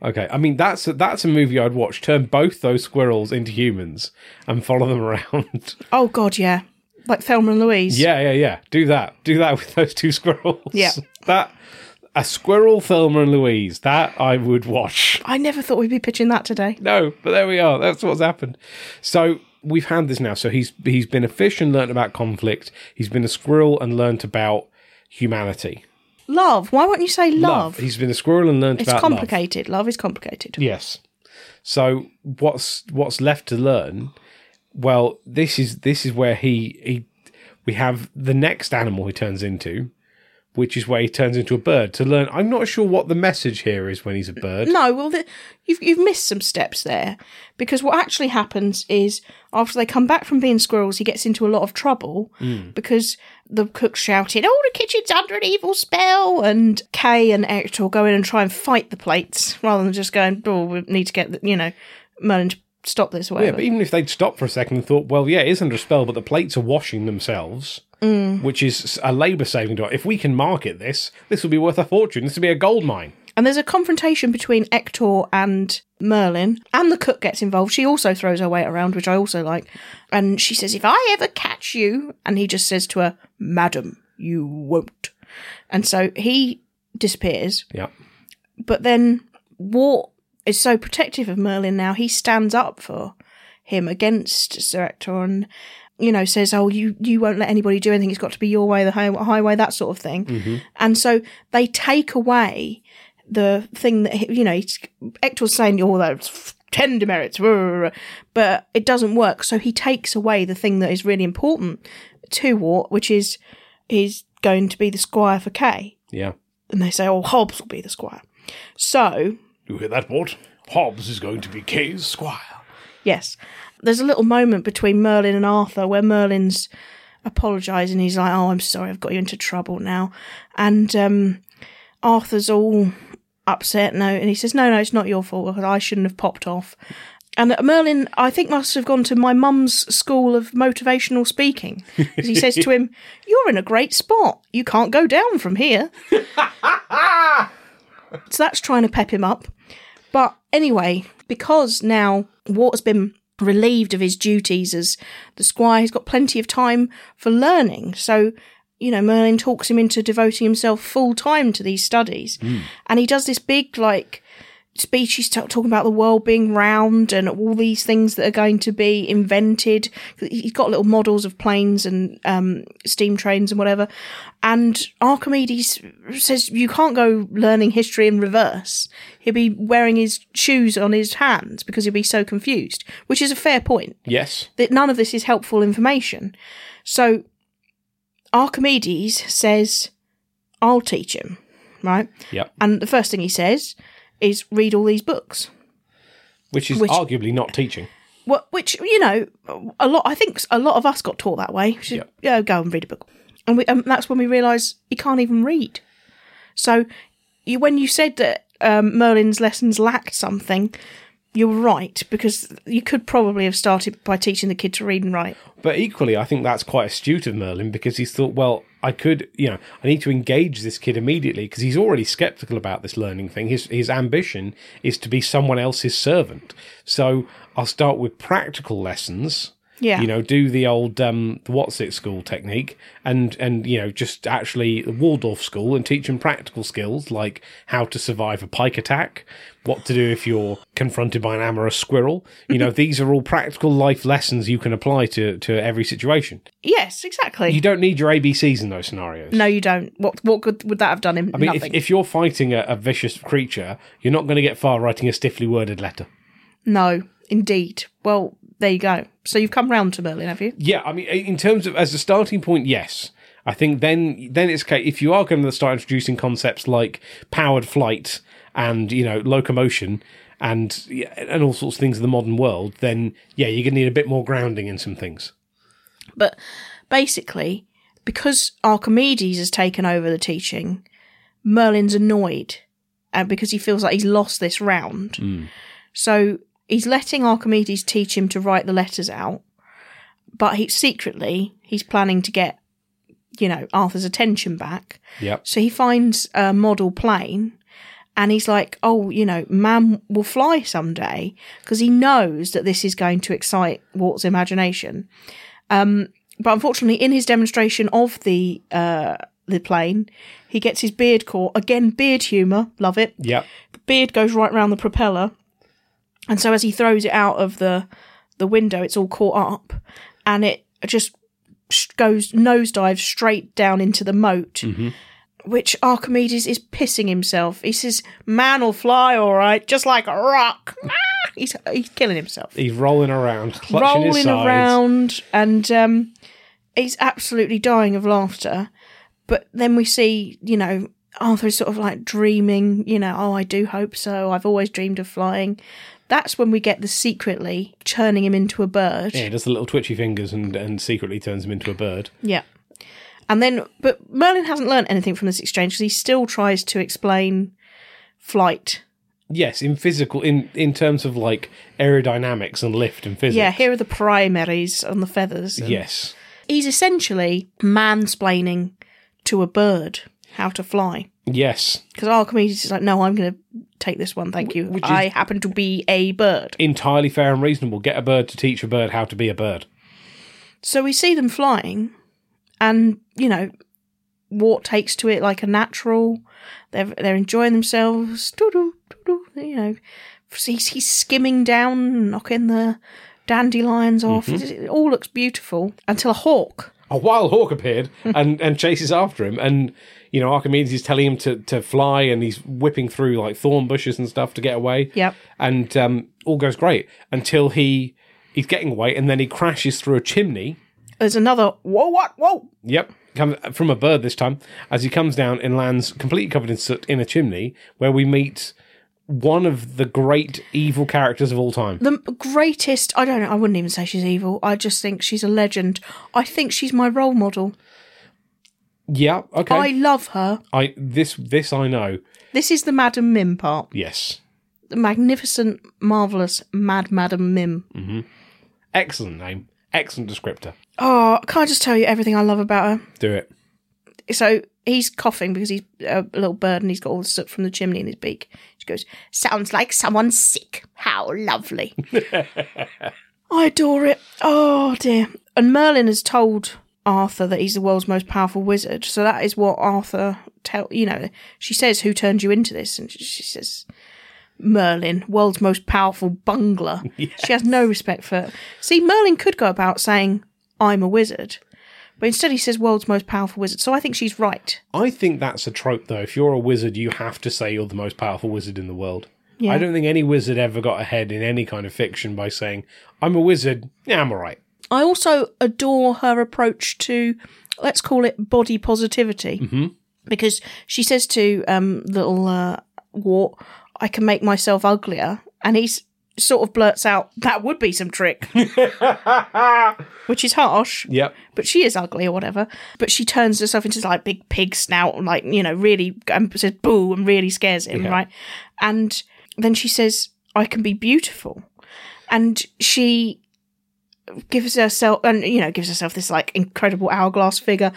A: Okay, I mean that's a, that's a movie I'd watch. Turn both those squirrels into humans and follow them around.
B: Oh, God, yeah. Like Thelma and Louise.
A: yeah, yeah, yeah. Do that. Do that with those two squirrels.
B: Yeah.
A: that a squirrel Thelma and Louise. That I would watch.
B: I never thought we'd be pitching that today.
A: No, but there we are. That's what's happened. So we've had this now. So he's he's been a fish and learnt about conflict. He's been a squirrel and learnt about humanity.
B: Love. Why won't you say love?
A: He's been a squirrel and learnt
B: it's
A: about love.
B: complicated. Love. is complicated.
A: Yes. So what's what's left to learn? Well, this is this is where he he we have the next animal he turns into, which is where he turns into a bird to learn. I'm not sure what the message here is when he's a bird.
B: No, well, the, you've you've missed some steps there because what actually happens is after they come back from being squirrels, he gets into a lot of trouble because the cook shouted, "Oh, the kitchen's under an evil spell!" And Kay and Hector go in and try and fight the plates rather than just going, "Oh, we need to get the, you know Merlin to stop this." Or
A: Yeah,
B: whatever.
A: but even if they'd stopped for a second and thought, well, yeah, it is under a spell, but the plates are washing themselves, which is a labour saving device. If we can market this, this will be worth a fortune. This will be a gold mine.
B: And there's a confrontation between Ector and Merlin, and the cook gets involved. She also throws her weight around, which I also like. And she says, If I ever catch you, and he just says to her, Madam, you won't. And so he disappears.
A: Yeah.
B: But then Wart is so protective of Merlin now, he stands up for him against Sir Ector and, you know, says, Oh, you, you won't let anybody do anything. It's got to be your way, the hi- highway, that sort of thing. And so they take away the thing that, he- you know, he's- Ector's saying, Oh, that's ten demerits, rah, rah, rah," but it doesn't work. So he takes away the thing that is really important to Wart, which is he's going to be the squire for Kay.
A: Yeah.
B: And they say, Oh, Hobbs will be the squire. So
A: You hear that, What? Hobbs is going to be Kay's squire.
B: Yes. There's a little moment between Merlin and Arthur where Merlin's apologising. He's like, Oh, I'm sorry, I've got you into trouble now. And um, Arthur's all upset no and he says no no it's not your fault because i shouldn't have popped off and merlin i think must have gone to my mum's school of motivational speaking 'Cause he says to him you're in a great spot you can't go down from here so that's trying to pep him up but anyway because now water's been relieved of his duties as the squire he's got plenty of time for learning so you know merlin talks him into devoting himself full time to these studies and he does this big like speech he's t- talking about the world being round and all these things that are going to be invented. He's got little models of planes and um, steam trains and whatever. And Archimedes says you can't go learning history in reverse. He'll be wearing his shoes on his hands because he'll be so confused, which is a fair point
A: Yes.
B: that none of this is helpful information. So Archimedes says, I'll teach him, right?
A: Yep.
B: And the first thing he says is read all these books.
A: Which is
B: Which-
A: arguably not teaching.
B: Wha- Which, you know, a lot, I think a lot of us got taught that way. Which is,
A: Yep.
B: Yeah, go and read a book. And we, um, that's when we realise he can't even read. So you, when you said that um, Merlin's lessons lacked something, you were right, because you could probably have started by teaching the kid to read and write.
A: But equally, I think that's quite astute of Merlin because he's thought, well, I could, you know, I need to engage this kid immediately because he's already skeptical about this learning thing. His his ambition is to be someone else's servant. So I'll start with practical lessons.
B: Yeah.
A: You know, do the old um, the what's it school technique, and and you know just actually the Waldorf school and teach them practical skills like how to survive a pike attack, what to do if you're confronted by an amorous squirrel. You know, these are all practical life lessons you can apply to to every situation.
B: Yes, exactly.
A: You don't need your ABCs in those scenarios.
B: No, you don't. What what good would that have done him?
A: I mean, if,
B: Nothing.
A: if you're fighting a, a vicious creature, you're not going to get far writing a stiffly worded letter.
B: no, indeed. Well, there you go. So you've come round to Merlin, have you?
A: Yeah, I mean, in terms of as a starting point, yes. I think then then it's okay if you are going to start introducing concepts like powered flight and you know locomotion and and all sorts of things in the modern world. Then yeah, you're going to need a bit more grounding in some things.
B: But basically, because Archimedes has taken over the teaching, Merlin's annoyed uh, because he feels like he's lost this round. So he's letting Archimedes teach him to write the letters out, but he secretly he's planning to get, you know, Arthur's attention back.
A: Yep.
B: So he finds a model plane and he's like, oh, you know, man will fly someday because he knows that this is going to excite Walt's imagination. Um, but unfortunately, in his demonstration of the uh, the plane, he gets his beard caught. Again, beard humour, love it.
A: Yep.
B: The beard goes right round the propeller. And so as he throws it out of the, the window, it's all caught up and it just sh- goes nosedives straight down into the moat which Archimedes is pissing himself. He says, "Man will fly, all right, just like a rock." Ah! he's he's killing himself,
A: He's rolling around, clutching his
B: rolling
A: sides.
B: around, and um, he's absolutely dying of laughter. But then we see, you know, Arthur is sort of like dreaming. You know, oh, I do hope so. I've always dreamed of flying. That's when we get the secretly turning him into a bird.
A: Yeah, he does the little twitchy fingers and and secretly turns him into a bird.
B: Yeah. And then, but Merlin hasn't learned anything from this exchange because he still tries to explain flight.
A: Yes, in physical, in in terms of like aerodynamics and lift and physics.
B: Yeah, here are the primaries on the feathers. and-
A: Yes.
B: He's essentially mansplaining to a bird how to fly.
A: Yes.
B: Because Archimedes is like, no, I'm going to take this one, thank you.
A: Which is-
B: I happen to be a bird.
A: Entirely fair and reasonable. Get a bird to teach a bird how to be a bird.
B: So we see them flying, and you know, Wart takes to it like a natural. They're they're enjoying themselves. Doodle, doodle, you know, he's, he's skimming down, knocking the dandelions off. It all looks beautiful until a hawk.
A: a wild hawk appeared and, and chases after him and you know archimedes is telling him to, to fly and he's whipping through like thorn bushes and stuff to get away
B: Yep.
A: and um, all goes great until he he's getting away and then he crashes through a chimney
B: There's another. Whoa! What? Whoa!
A: yep comes from a bird this time as he comes down and lands completely covered in soot in a chimney where we meet one of the great evil characters of all time
B: The greatest. I don't know. I wouldn't even say she's evil. I just think she's a legend. I think she's my role model.
A: yeah
B: I
A: okay
B: love her.
A: I, this this i know
B: This is the Madam Mim part.
A: yes
B: the magnificent, marvelous Mad Madam Mim.
A: excellent name excellent descriptor
B: Oh, can I just tell you everything I love about her?
A: do it
B: So he's coughing because he's a little bird and he's got all the soot from the chimney in his beak. She goes, "Sounds like someone's sick. How lovely." I adore it. Oh dear. And Merlin has told Arthur that he's the world's most powerful wizard. So that is what Arthur tell you know. She says, "Who turned you into this?" And she- she says, Merlin, world's most powerful bungler. She has no respect for. See, Merlin could go about saying, "I'm a wizard," but instead he says, "World's most powerful wizard." So I think she's right.
A: I think that's a trope, though. If you're a wizard, you have to say you're the most powerful wizard in the world.
B: Yeah.
A: I don't think any wizard ever got ahead in any kind of fiction by saying, I'm a wizard, yeah, I'm all right.
B: I also adore her approach to, let's call it body positivity, mm-hmm. because she says to um, little uh, Wart, "I can make myself uglier," and he's sort of blurts out, "That would be some trick," which is harsh.
A: Yep.
B: but she is ugly or whatever. But she turns herself into like big pig snout, and like you know, really and says boo and really scares him,
A: Yeah.
B: right? And then she says, "I can be beautiful," and she gives herself and you know gives herself this like incredible hourglass figure.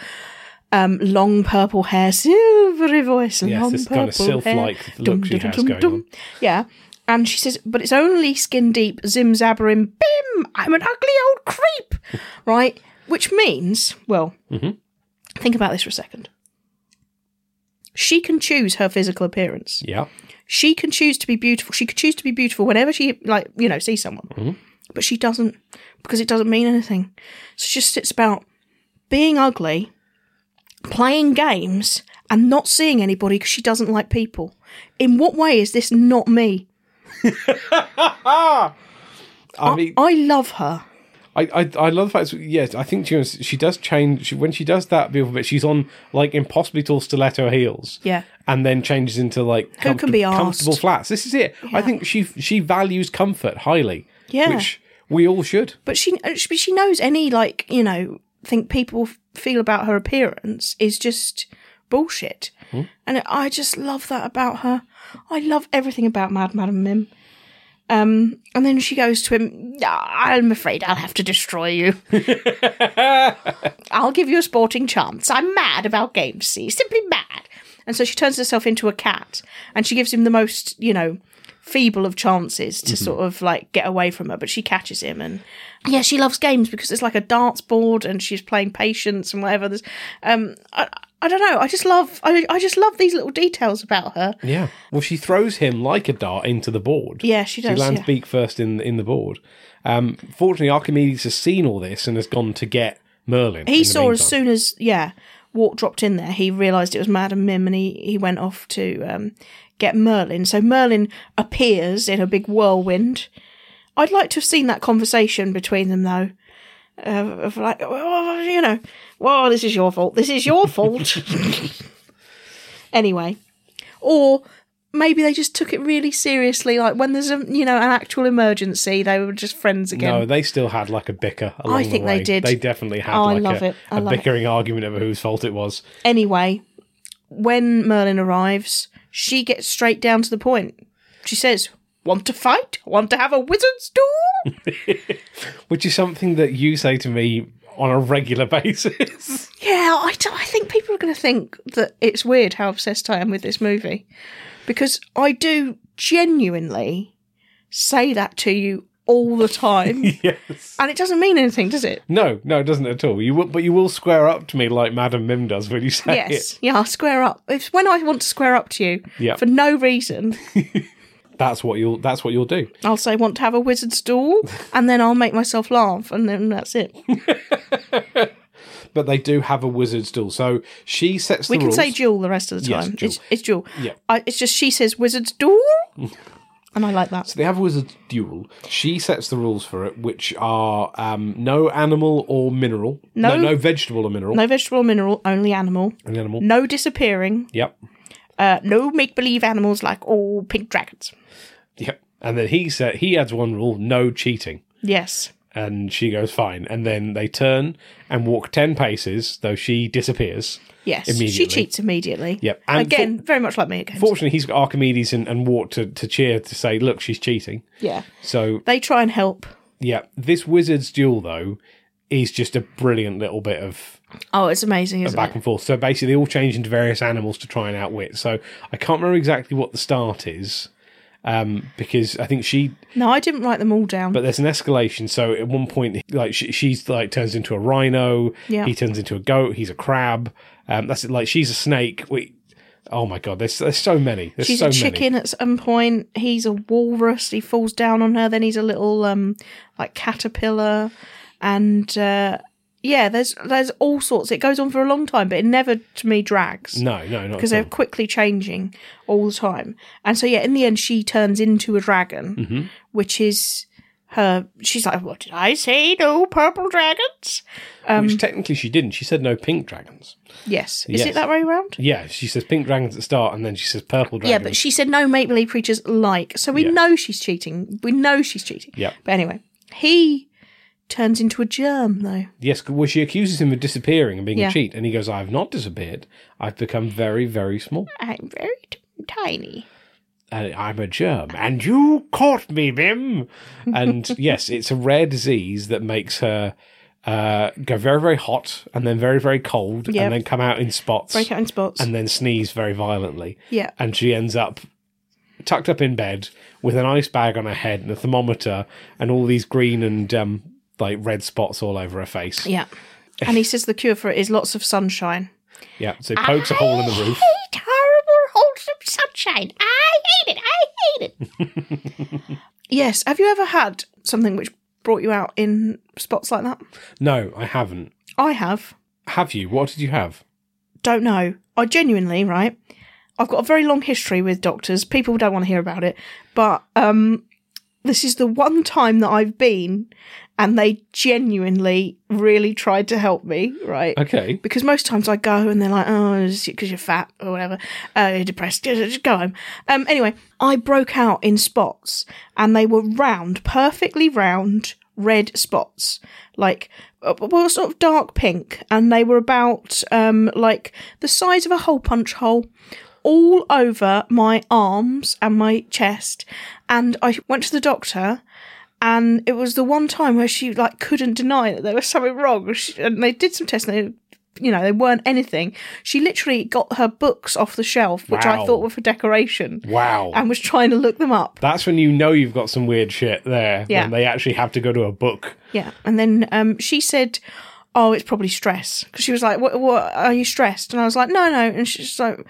B: Um, long purple hair, silvery voice,
A: Yes,
B: long
A: this
B: purple
A: kind of sylph-like
B: hair.
A: look
B: Dum,
A: she
B: dum,
A: has
B: dum,
A: going
B: dum.
A: on.
B: Yeah, and she says, but it's only skin deep, zim zabberin, bim. I'm an ugly old creep right? Which means, well,
A: Mm-hmm.
B: think about this for a second. She can choose her physical appearance.
A: Yeah.
B: She can choose to be beautiful. She could choose to be beautiful whenever she, like, you know, sees someone. But she doesn't because it doesn't mean anything. So she just sits about being ugly, playing games, and not seeing anybody because she doesn't like people. In what way is this not me?
A: I mean,
B: I love her.
A: I, I, I love the fact. that- Yes, I think she was, she does change she, when she does that beautiful bit. She's on like impossibly tall stiletto heels.
B: Yeah.
A: and then changes into like
B: Who can be arsed?
A: comfortable flats. This is it. I think she she values comfort highly.
B: Yeah.
A: which we all should.
B: but she uh, but she knows any like you know think people f- feel about her appearance is just bullshit and i just love that about her i love everything about mad madam mim um, and then she goes to him "Ah, i'm afraid i'll have to destroy you i'll give you a sporting chance i'm mad about game c simply mad and so she turns herself into a cat and she gives him the most you know feeble of chances to sort of like get away from her but she catches him and yeah, she loves games because it's like a darts board, and she's playing patience and whatever. There's, um, I, I don't know. I just love, I, I just love these little details about her.
A: Yeah. Well, she throws him like a dart into the board.
B: Yeah, she does.
A: She lands
B: yeah.
A: beak first in in the board. Um, fortunately, Archimedes has seen all this and has gone to get Merlin. in
B: he
A: the
B: saw as
A: meantime.
B: soon as yeah, Wart dropped in there. He realised it was Madame Mim, and he he went off to um get Merlin. So Merlin appears in a big whirlwind. I'd like to have seen that conversation between them though. Uh, of like, oh, you know, well, this is your fault. This is your fault. anyway, or maybe they just took it really seriously. Like when there's a you know an actual emergency, they were just friends again.
A: No, they still had like a bicker. Along
B: I
A: the
B: think they
A: way.
B: did.
A: They definitely had
B: Oh, I
A: like
B: love
A: a,
B: it. I
A: a
B: love it.
A: bickering argument over whose fault it was.
B: Anyway, when Merlin arrives, she gets straight down to the point. She says, Want to fight? Want to have a wizard's duel?
A: Which is something that you say to me on a regular basis.
B: yeah, I, d- I think people are going to think that it's weird how obsessed I am with this movie. Because I do genuinely say that to you all the time.
A: yes.
B: and it doesn't mean anything, does it?
A: No, no, it doesn't at all. You will, but you will square up to me like Madame Mim does when you say
B: Yes. Yeah, I'll square up. It's when I want to square up to you
A: Yep.
B: for no reason.
A: it. That's what you'll. That's what you'll do.
B: I'll say want to have a wizard's duel, and then I'll make myself laugh, and then that's it.
A: But they do have a wizard still. So she sets the
B: We can
A: rules.
B: say duel the rest of the
A: Yes,
B: time.
A: duel.
B: It's, it's duel.
A: Yeah.
B: I, it's just she says wizard's duel, and I like that.
A: So they have a wizard's duel. She sets the rules for it, which are um, no animal or mineral.
B: No-
A: no, vegetable or mineral.
B: No vegetable, or mineral, only animal.
A: An animal.
B: No disappearing.
A: Yep.
B: Uh, no make believe animals like all pink dragons.
A: Yep. And then he said he adds one rule: no cheating.
B: Yes.
A: and she goes fine and then they turn and walk 10 paces though she disappears
B: Yes. She
A: Immediately.
B: cheats immediately.
A: Yep. And
B: again, very much like me again.
A: fortunately he's got archimedes and, and wart to, to cheer to say look she's cheating
B: yeah.
A: so
B: They try and help.
A: yeah this wizard's duel though is just a brilliant little bit of
B: Oh, it's amazing, isn't
A: back
B: it?
A: and forth so basically they all change into various animals to try and outwit so i can't remember exactly what the start is um, because i think she
B: No, I didn't write them all down.
A: but there's an escalation. So at one point, like she, she's like turns into a rhino.
B: Yeah.
A: He turns into a goat. He's a crab. Um, that's it. Like she's a snake. We, Oh my god, there's there's so many. There's
B: She's
A: so
B: a chicken at some point. He's a walrus. He falls down on her. Then he's a little um like caterpillar, and uh, yeah, there's there's all sorts. It goes on for a long time, but it never to me drags
A: many. No, no, not
B: because
A: at
B: they're
A: all.
B: quickly changing all the time. And so yeah, in the end, she turns into a dragon,
A: Mm-hmm.
B: which is her. She's like, what did I say? No purple dragons. Um,
A: Which technically she didn't. She said no pink dragons.
B: Yes, is
A: Yes.
B: it that way round?
A: Yeah, she says pink dragons at the start, and then she says purple dragons.
B: Yeah, but she said no make believe creatures like. So we
A: Yeah.
B: know she's cheating. We know she's cheating.
A: Yeah.
B: But anyway, he turns into a germ though.
A: yes, well, she accuses him of disappearing and being
B: Yeah.
A: a cheat, and he goes, "I have not disappeared. I've become very, very small,
B: I'm very t- tiny.
A: and I'm a germ, and you caught me, Bim." And yes, it's a rare disease that makes her uh, go very, very hot, and then very, very cold,
B: Yep.
A: and then come out in spots,
B: Break out in spots.
A: and then sneeze very violently.
B: yeah.
A: and she ends up tucked up in bed with an ice bag on her head and a thermometer and all these green and um, like red spots all over her face.
B: Yeah. And he says the cure for it is lots of sunshine.
A: Yeah, so pokes a hole in the roof.
D: hate horrible, wholesome sunshine. I hate it. I hate it.
B: Yes. Have you ever had something which brought you out in spots like that?
A: No, I haven't.
B: I have.
A: Have you? What did you have?
B: Don't know. I genuinely, right? I've got a very long history with doctors. People don't want to hear about it, but um, this is the one time that I've been, and they genuinely really tried to help me, right?
A: Okay.
B: Because most times I go and they're like, "Oh, because you're fat or whatever, uh, you're depressed, just just go home." Um, anyway, I broke out in spots, and they were round, perfectly round red spots, like uh, well, sort of dark pink, and they were about um like the size of a hole punch hole all over my arms and my chest. And I went to the doctor, and it was the one time where she like couldn't deny that there was something wrong. She, and they did some tests, and they, you know, they weren't anything. She literally got her books off the shelf, which I
A: Wow.
B: thought were for decoration,
A: Wow.
B: and was trying to look them up.
A: That's when you know you've got some weird shit there.
B: Yeah.
A: When they actually have to go to a book.
B: Yeah, and then um, she said, "Oh, it's probably stress," because she was like, what, "What are you stressed?" And I was like, "No, no," and she's like.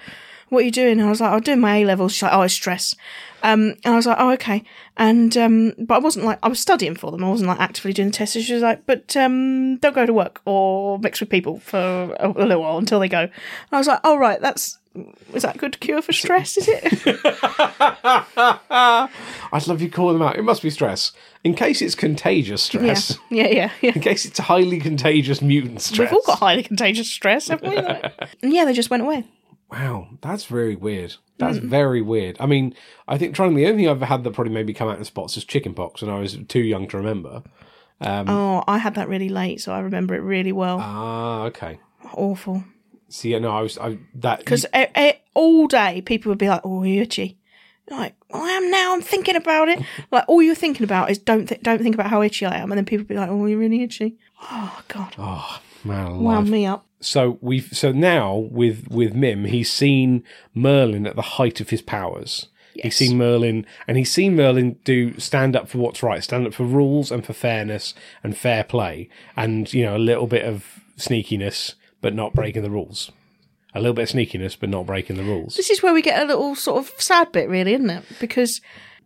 B: What are you doing? And I was like, I'm doing my A levels. She's like, oh, it's stress. Um, and I was like, oh, okay. And um, but I wasn't like I was studying for them. I wasn't like actively doing the tests. And she was like, but um, don't go to work or mix with people for a, a little while until they go. And I was like, oh, right, that's is that a good cure for stress? Is it?
A: I'd love you to call them out. It must be stress. In case it's contagious
B: yeah,
A: stress.
B: yeah, yeah, yeah.
A: In case it's highly contagious mutant stress.
B: We've all got highly contagious stress, haven't we? Like- and yeah, they just went away.
A: Wow, that's very weird. That's very weird. I mean, I think trying the only thing I've ever had that probably made me come out in spots is chickenpox, and I was too young to remember.
B: Oh, I had that really late, so I remember it really well.
A: Ah, okay.
B: Awful.
A: See, yeah, no, I was I that
B: Because all day people would be like, "Oh, you're itchy." Like I am now. I'm thinking about it. Like all you're thinking about is don't th- don't think about how itchy I am, and then people would be like, "Oh, you're really itchy." Oh God,
A: oh man,
B: wow
A: alive.
B: me up.
A: So we've so now with with Mim, he's seen Merlin at the height of his powers. He's seen Merlin, and he's seen Merlin do stand up for what's right, stand up for rules and for fairness and fair play, and you know a little bit of sneakiness, but not breaking the rules. A little bit of sneakiness, but not breaking the rules.
B: This is where we get a little sort of sad bit, really, isn't it? Because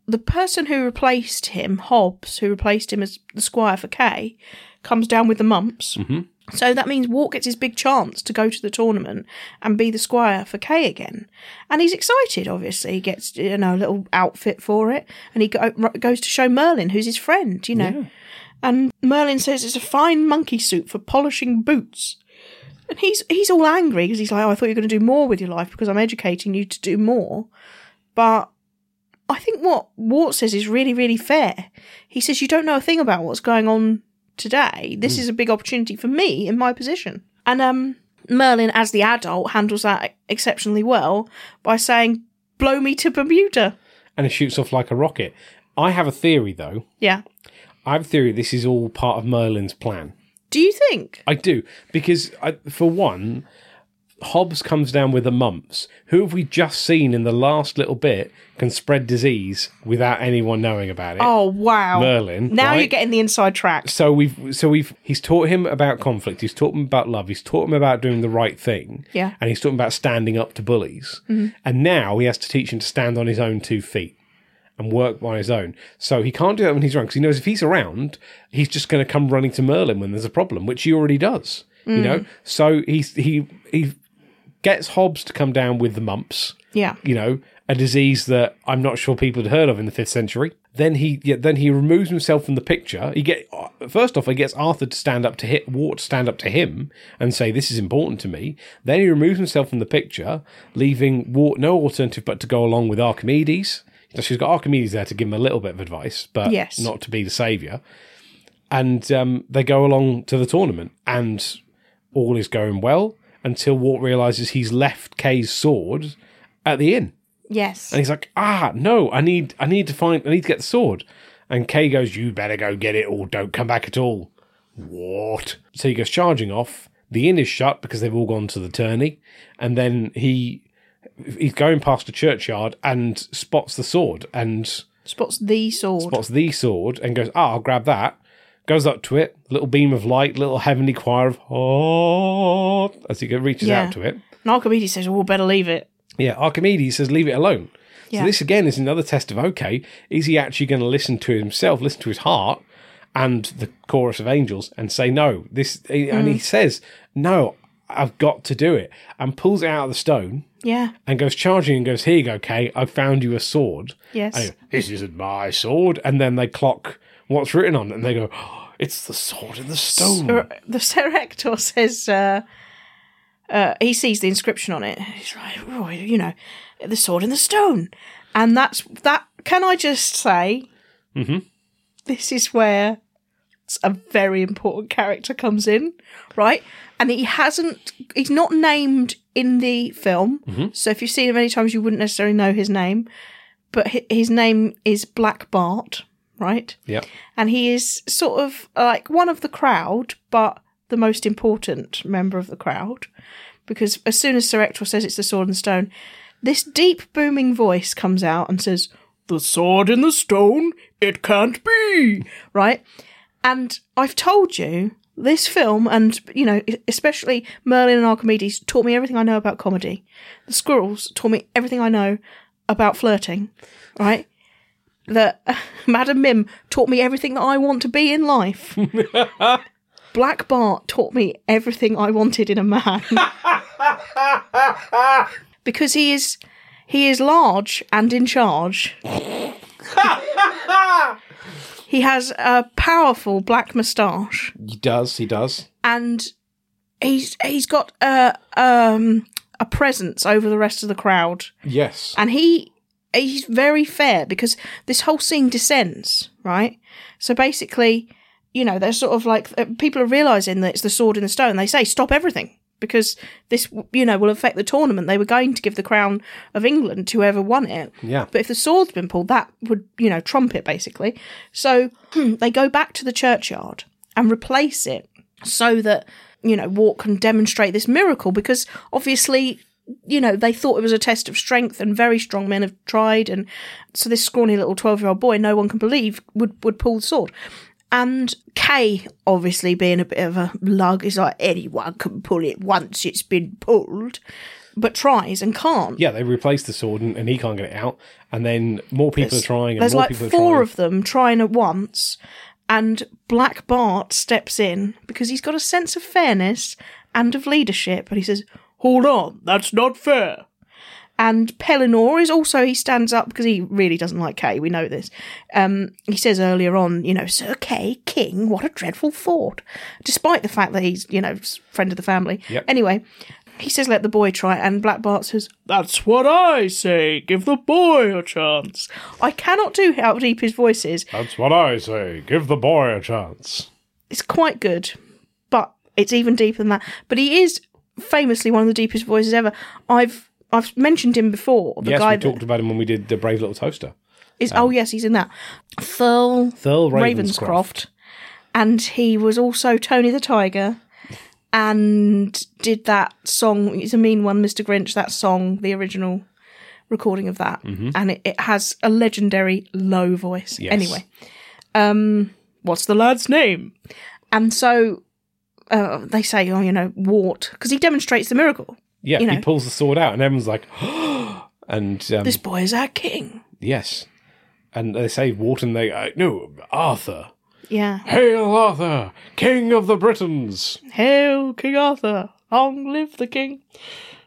B: the person who replaced him, Hobbs, who replaced him as the squire for Kay, comes down with the mumps. Mm-hmm. So that means Wart gets his big chance to go to the tournament and be the squire for Kay again. And he's excited, obviously. He gets, you know, a little outfit for it. And he go, goes to show Merlin, who's his friend, you know. And Merlin says it's a fine monkey suit for polishing boots. And he's he's all angry because he's like, oh, I thought you were going to do more with your life because I'm educating you to do more. But I think what Wart says is really, really fair. He says, you don't know a thing about what's going on today. This is a big opportunity for me in my position. And um, Merlin, as the adult, handles that exceptionally well by saying, blow me to Bermuda.
A: and it shoots off like a rocket. I have a theory, though.
B: Yeah.
A: I have a theory this is all part of Merlin's plan.
B: Do you think?
A: I do because I, for one, Hobbs comes down with the mumps. Who have we just seen in the last little bit can spread disease without anyone knowing about it?
B: Oh wow,
A: Merlin,
B: Now
A: right?
B: you're getting the inside track.
A: So we've so we've he's taught him about conflict. He's taught him about love. He's taught him about doing the right thing.
B: Yeah.
A: and he's taught him about standing up to bullies. And now he has to teach him to stand on his own two feet and work on his own. So he can't do that when he's around because he knows if he's around, he's just going to come running to Merlin when there's a problem, which he already does. You know, so he's he he gets Hobbs to come down with the mumps
B: Yeah,
A: you know, a disease that I'm not sure people had heard of in the fifth century. Then he, yeah, then he removes himself from the picture. He get first off, he gets Arthur to stand up to hit Ward to stand up to him and say, "This is important to me." Then he removes himself from the picture, leaving Ward no alternative but to go along with Archimedes. So she's got Archimedes there to give him a little bit of advice, but
B: Yes.
A: not to be the savior. And um, they go along to the tournament, and all is going well until Wart realizes he's left Kay's sword at the inn.
B: yes.
A: And he's like, ah, no, I need I need to find I need to get the sword. And Kay goes, You better go get it or don't come back at all. What? So he goes charging off. The inn is shut because they've all gone to the tourney. And then he he's going past a churchyard and spots the sword and
B: Spots the sword.
A: spots the sword and goes, Ah, I'll grab that. Goes up to it, little beam of light, little heavenly choir of oh, as he go- reaches
B: Yeah.
A: out to it.
B: And Archimedes says, "Well, better leave it."
A: Yeah, Archimedes says, leave it alone.
B: Yeah.
A: So this again is another test of okay, is he actually going to listen to himself, listen to his heart, and the chorus of angels, and say no? This and
B: Mm.
A: he says, no, I've got to do it, and pulls it out of the stone
B: Yeah.
A: and goes charging and goes, here you go, Kay, I found you a sword.
B: Yes.
A: And he goes, this isn't my sword, and then they clock what's written on it, and they go, oh, it's the sword in the stone.
B: Ser- uh, the Serector says uh, uh, he sees the inscription on it. He's like, oh, you know, the sword in the stone, and that's that. Can I just say, this is where s- a very important character comes in, right? And he hasn't, he's not named in the film. So if you've seen it many times, you wouldn't necessarily know his name. But hi- his name is Black Bart, right?
A: Yep.
B: and he is sort of like one of the crowd, but the most important member of the crowd. Because as soon as Sir Ector says it's the sword and the stone, this deep booming voice comes out and says, The sword in the stone, it can't be, right? And I've told you, this film, and you know, e-, especially Merlin and Archimedes, taught me everything I know about comedy. The squirrels taught me everything I know about flirting, right? that Madam Mim taught me everything that I want to be in life. Black Bart taught me everything I wanted in a man. because he is he is large and in charge. he has a powerful black moustache
A: He does, he does.
B: and he's he's got a um a presence over the rest of the crowd
A: Yes.
B: and he he's very fair because this whole scene descends right so basically you know they're sort of like uh, people are realizing that it's the sword in the stone they say stop everything because this you know will affect the tournament they were going to give the crown of england to whoever won it
A: Yeah.
B: but if the sword's been pulled that would you know trump it basically so they go back to the churchyard and replace it so that you know Wart can demonstrate this miracle because obviously you know they thought it was a test of strength and very strong men have tried and so this scrawny little 12 year old boy no one can believe would would pull the sword and Kay, obviously being a bit of a lug, is like anyone can pull it once it's been pulled, but tries and can't.
A: Yeah, they replaced the sword and, and he can't get it out. And then more people are trying and
B: There's
A: more
B: like
A: people are
B: four
A: trying.
B: of them trying at once, and Black Bart steps in because he's got a sense of fairness and of leadership, and he says, "Hold on, that's not fair." And Pellinor is also he stands up because he really doesn't like Kay. We know this. Um, he says earlier on, you know, Sir Kay King, what a dreadful thought, despite the fact that he's you know s- friend of the family.
A: Yep.
B: Anyway. He says, "Let the boy try," it, and Black Bart says, "That's what I say. Give the boy a chance." I cannot do how deep his voice is.
A: That's what I say. Give the boy a chance.
B: It's quite good, but it's even deeper than that. But he is famously one of the deepest voices ever. I've I've mentioned him before. The
A: yes,
B: guy
A: we
B: that
A: talked about him when we did the Brave Little Toaster.
B: is oh yes, he's in that. Thurl
A: Thurl
B: Ravenscroft.
A: Ravenscroft.
B: and he was also Tony the Tiger and did that song. It's a mean one, Mr. Grinch. That song, the original recording of that, and it, it has a legendary low voice.
A: Yes.
B: Anyway, um, what's the lad's name? And so uh, they say, oh, you know, Wart, because he demonstrates the miracle.
A: Yeah,
B: you know.
A: he pulls the sword out, and everyone's like, and um,
B: This boy is our king.
A: yes, and they say Wharton. They uh, no Arthur,
B: Yeah.
A: hail Arthur, King of the Britons.
B: Hail King Arthur! Long live the king!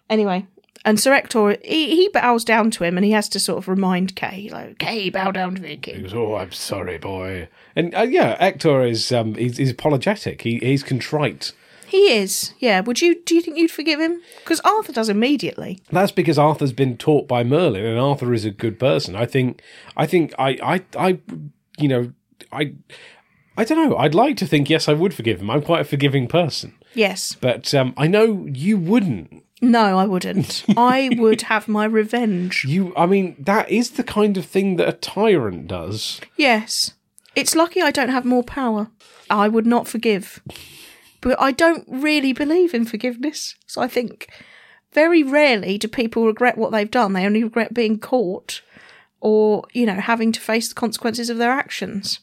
B: Anyway, and Sir Ector, he, he bows down to him and he has to sort of remind Kay, like, Kay, bow down to the
A: He
B: king.
A: goes, oh, I'm sorry, boy. And uh, yeah, Hector is um, he's, he's apologetic. He, he's contrite.
B: He is, yeah. Would you, do you think you'd forgive him? Because Arthur does immediately.
A: That's because Arthur's been taught by Merlin, and Arthur is a good person. I think. I think. I. I. I you know. I. I don't know. I'd like to think yes, I would forgive him. I'm quite a forgiving person,
B: Yes.
A: but um, I know you wouldn't.
B: No, I wouldn't. I would have my revenge.
A: You. I mean, that is the kind of thing that a tyrant does.
B: Yes. It's lucky I don't have more power. I would not forgive. But I don't really believe in forgiveness. So I think very rarely do people regret what they've done. They only regret being caught or, you know, having to face the consequences of their actions.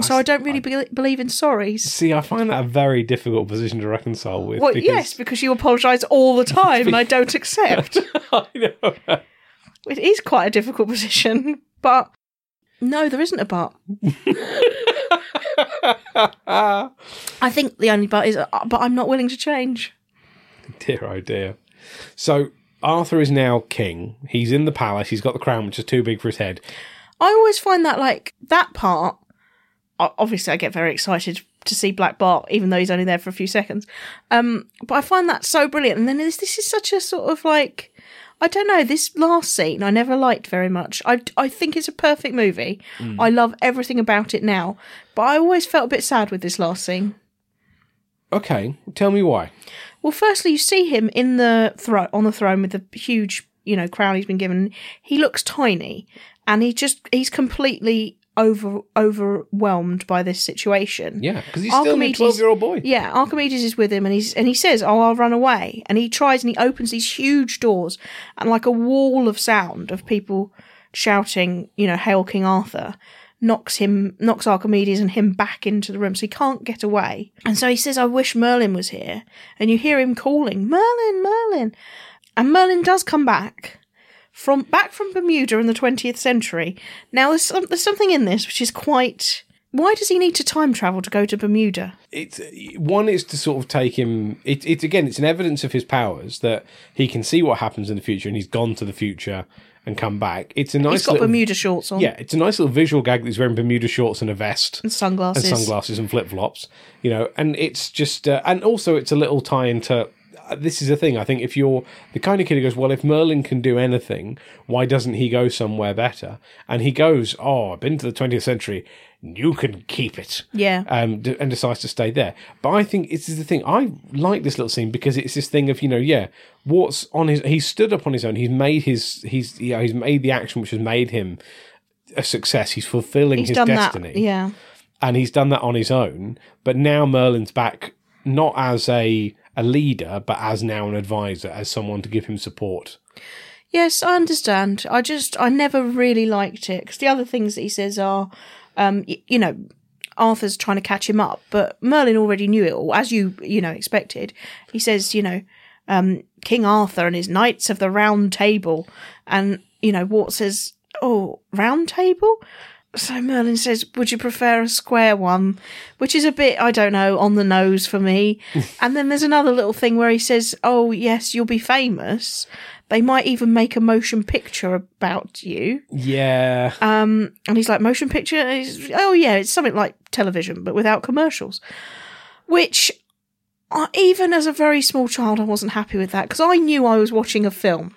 B: So I don't really be- believe in sorries.
A: See, I find that a very difficult position to reconcile with.
B: Well, yes, because you apologise all the time and I don't accept.
A: I know.
B: it is quite a difficult position, but no, there isn't a but. I think the only but is, uh, but I'm not willing to change.
A: Dear, oh dear. So Arthur is now king. He's in the palace. He's got the crown, which is too big for his head.
B: I always find that like that part. o- Obviously, I get very excited to see Black Bart, even though he's only there for a few seconds. Um, but I find that so brilliant. And then this, this is such a sort of like, I don't know. This last scene I never liked very much. I I think it's a perfect movie. I love everything about it now. But I always felt a bit sad with this last scene.
A: Okay, tell me why.
B: Well, firstly, you see him in the thro- on the throne with the huge, you know, crown he's been given. He looks tiny, and he just he's completely over overwhelmed by this situation.
A: Yeah, because he's still a
B: Archimedes-
A: twelve-year-old boy.
B: Yeah, Archimedes is with him, and he's and he says, "Oh, I'll run away." And he tries, and he opens these huge doors, and like a wall of sound of people shouting, you know, "Hail King Arthur!" knocks him, knocks Archimedes and him back into the room, so he can't get away. And so he says, "I wish Merlin was here." And you hear him calling, "Merlin, Merlin!" And Merlin does come back. From back from Bermuda in the 20th century. Now, there's, some, there's something in this which is quite. Why does he need to time travel to go to Bermuda?
A: It's one is to sort of take him. It, it's again, it's an evidence of his powers that he can see what happens in the future, and he's gone to the future and come back. It's a nice.
B: He's got
A: little,
B: Bermuda shorts on
A: Yeah, it's a nice little visual gag that he's wearing Bermuda shorts and a vest.
B: and sunglasses.
A: and sunglasses and flip flops, you know. And it's just, uh, and also it's a little tie into. uh, This is the thing. I think if you're the kind of kid who goes, well, if Merlin can do anything, why doesn't he go somewhere better? And he goes, oh, I've been to the 20th century. You can keep it.
B: Yeah.
A: Um, d- and decides to stay there. But I think this is the thing. I like this little scene because it's this thing of you know, yeah, what's on his. He stood up on his own. He's made his. He's you know, he's made the action which has made him a success. He's fulfilling
B: He's
A: his
B: done
A: destiny
B: that. Yeah.
A: and he's done that on his own. But now Merlin's back, not as a a leader, but as now an advisor, as someone to give him support.
B: Yes, I understand. I just, I never really liked it because the other things that he says are, um, y- you know, Arthur's trying to catch him up, but Merlin already knew it all, as you, you know, expected. He says, you know, um, King Arthur and his knights of the round table. And, you know, Wart says, oh, round table? So Merlin says, would you prefer a square one? Which is a bit, I don't know, on the nose for me. and then there's another little thing where he says, oh, yes, you'll be famous. They might even make a motion picture about you.
A: Yeah,
B: Um, And he's like, motion picture? And he's, oh, yeah, it's something like television, but without commercials. Which, I, even as a very small child, I wasn't happy with that because I knew I was watching a film,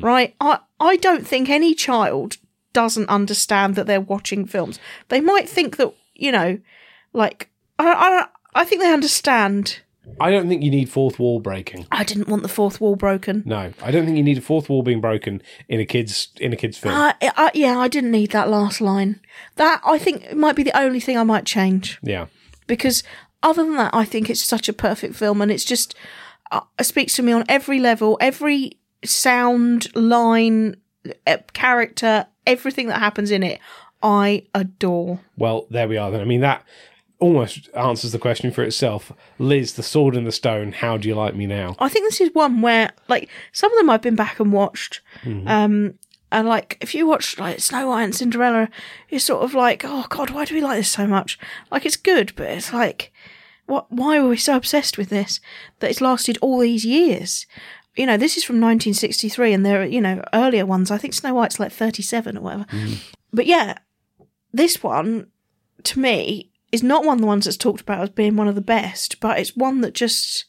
B: right? I, I don't think any child doesn't understand that they're watching films. They might think that, you know, like, I, I, I think they understand.
A: I don't think you need fourth wall breaking.
B: I didn't want the fourth wall broken.
A: No, I don't think you need a fourth wall being broken in a kid's in a kid's film.
B: I, I, yeah, I didn't need that last line. That, I think, might be the only thing I might change.
A: yeah,
B: because other than that, I think it's such a perfect film, and it's just uh, it speaks to me on every level, every sound, line, uh, character, everything that happens in it. I adore.
A: Well, there we are then. I mean, that almost answers the question for itself. Liz, the sword and the stone, how do you like me now?
B: I think this is one where, like, some of them I've been back and watched. Um, and like, if you watch like Snow White and Cinderella, you're sort of like, oh god, why do we like this so much? Like, it's good, but it's like, what? Why were we so obsessed with this that it's lasted all these years? You know, this is from 1963, and there are you know earlier ones. I think Snow White's like 37 or whatever. But yeah, this one to me is not one of the ones that's talked about as being one of the best, but it's one that just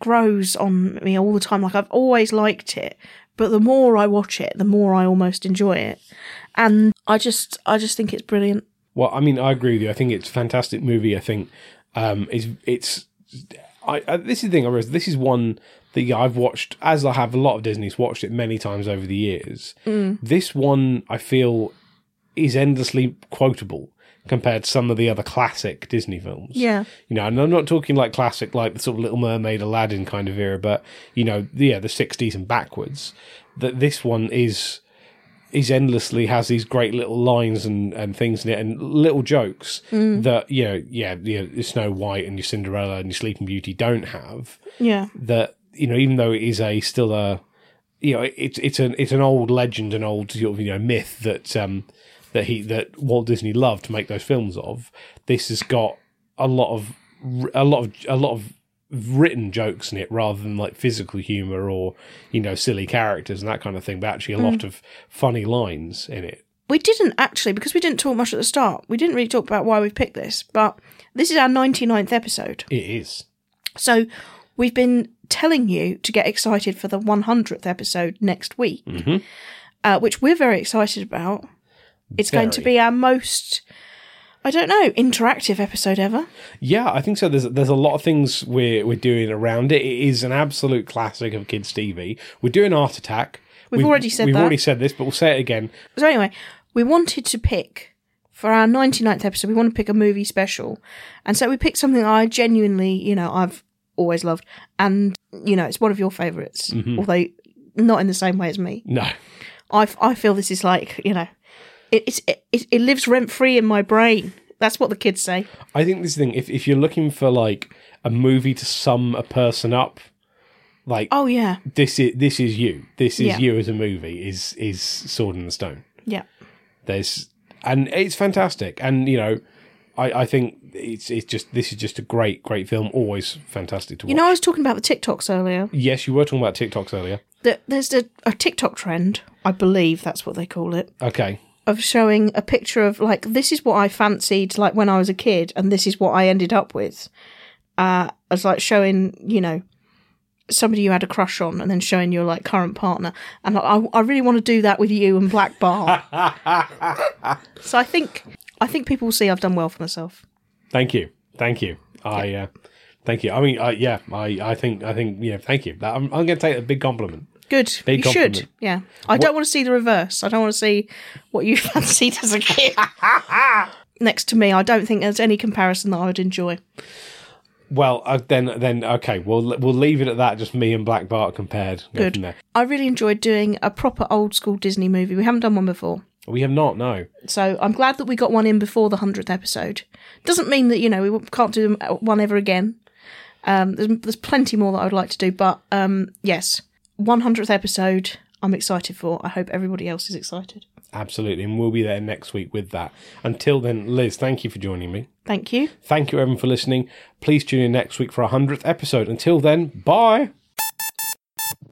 B: grows on me all the time. Like I've always liked it, but the more I watch it, the more I almost enjoy it, and I just I just think it's brilliant.
A: Well, I mean, I agree with you. I think it's a fantastic movie. I think um, it's it's. I, I this is the thing I realized. This is one that yeah, I've watched as I have a lot of Disney's watched it many times over the years. This one I feel is endlessly quotable compared to some of the other classic Disney films.
B: Yeah.
A: You know, and I'm not talking like classic, like the sort of Little Mermaid, Aladdin kind of era, but you know, the- yeah, the '60s and backwards. That this one is is endlessly has these great little lines and, and things in it and little jokes that you know yeah you know, your Snow White and your Cinderella and your Sleeping Beauty don't have
B: Yeah,
A: that you know even though it is a still a you know it's it's an it's an old legend an old sort of, you know myth that um that he that Walt Disney loved to make those films of this has got a lot of r- a lot of a lot of written jokes in it rather than like physical humor or you know silly characters and that kind of thing but actually a lot of funny lines in it
B: we didn't actually because we didn't talk much at the start. We didn't really talk about why we picked this, but this is our 99th episode.
A: it is
B: So we've been telling you to get excited for the 100th episode next week, uh, which we're very excited about. It's going to
A: Very.
B: be our most, I don't know, interactive episode ever.
A: Yeah, I think so. There's there's a lot of things we're we're doing around it. It is an absolute classic of kids' TV. We're doing Art Attack.
B: We've already said
A: we've
B: that.
A: already said this, but we'll say it again.
B: So anyway, we wanted to pick for our 99th episode, we want to pick a movie special. And so we picked something I genuinely, you know, I've always loved. And, you know, it's one of your favorites although not in the same way as me.
A: No,
B: I, f- I feel this is like, you know, it, it's, it, it lives rent free in my brain. That's what the kids say.
A: I think this thing. If if you're looking for like a movie to sum a person up, like
B: Oh, yeah.
A: this is this is you. This is
B: Yeah.
A: you as a movie. Is is Sword in the Stone.
B: Yeah.
A: There's and it's fantastic. And you know, I I think it's it's just this is just a great great film. Always fantastic to watch.
B: You know, I was talking about the TikToks earlier.
A: yes, you were talking about TikToks earlier.
B: That There's a, a TikTok trend, I believe that's what they call it,
A: Okay.
B: of showing a picture of like this is what I fancied like when I was a kid, and this is what I ended up with. Uh, as like showing you know somebody you had a crush on, and then showing your like current partner. And I, I really want to do that with you and Black Bar. so I think I think people will see I've done well for myself.
A: Thank you. Thank you. I uh, thank you. I mean, I, yeah, I, I think, I think, yeah, thank you. That- I'm, I'm going to take a big compliment.
B: Good,
A: Big
B: you should.
A: compliment.
B: Yeah, I don't want to see the reverse. I don't want to see what you fancied as a kid. Next to me, I don't think there's any comparison that I would enjoy.
A: Well, uh, then, then, okay, we'll we'll leave it at that. Just me and Black Bart compared. Go
B: Good.
A: from there.
B: I really enjoyed doing a proper old school Disney movie. We haven't done one before.
A: We have not. No,
B: So I'm glad that we got one in before the 100th episode. Doesn't mean that, you know, we can't do uh, one ever again. Um, there's, there's plenty more that I would like to do, but um, yes, 100th episode, I'm excited for. I hope everybody else is excited.
A: absolutely. And we'll be there next week with that. Until then, Liz, thank you for joining me.
B: Thank you.
A: Thank you, everyone, for listening. Please tune in next week for our hundredth episode. Until then, bye.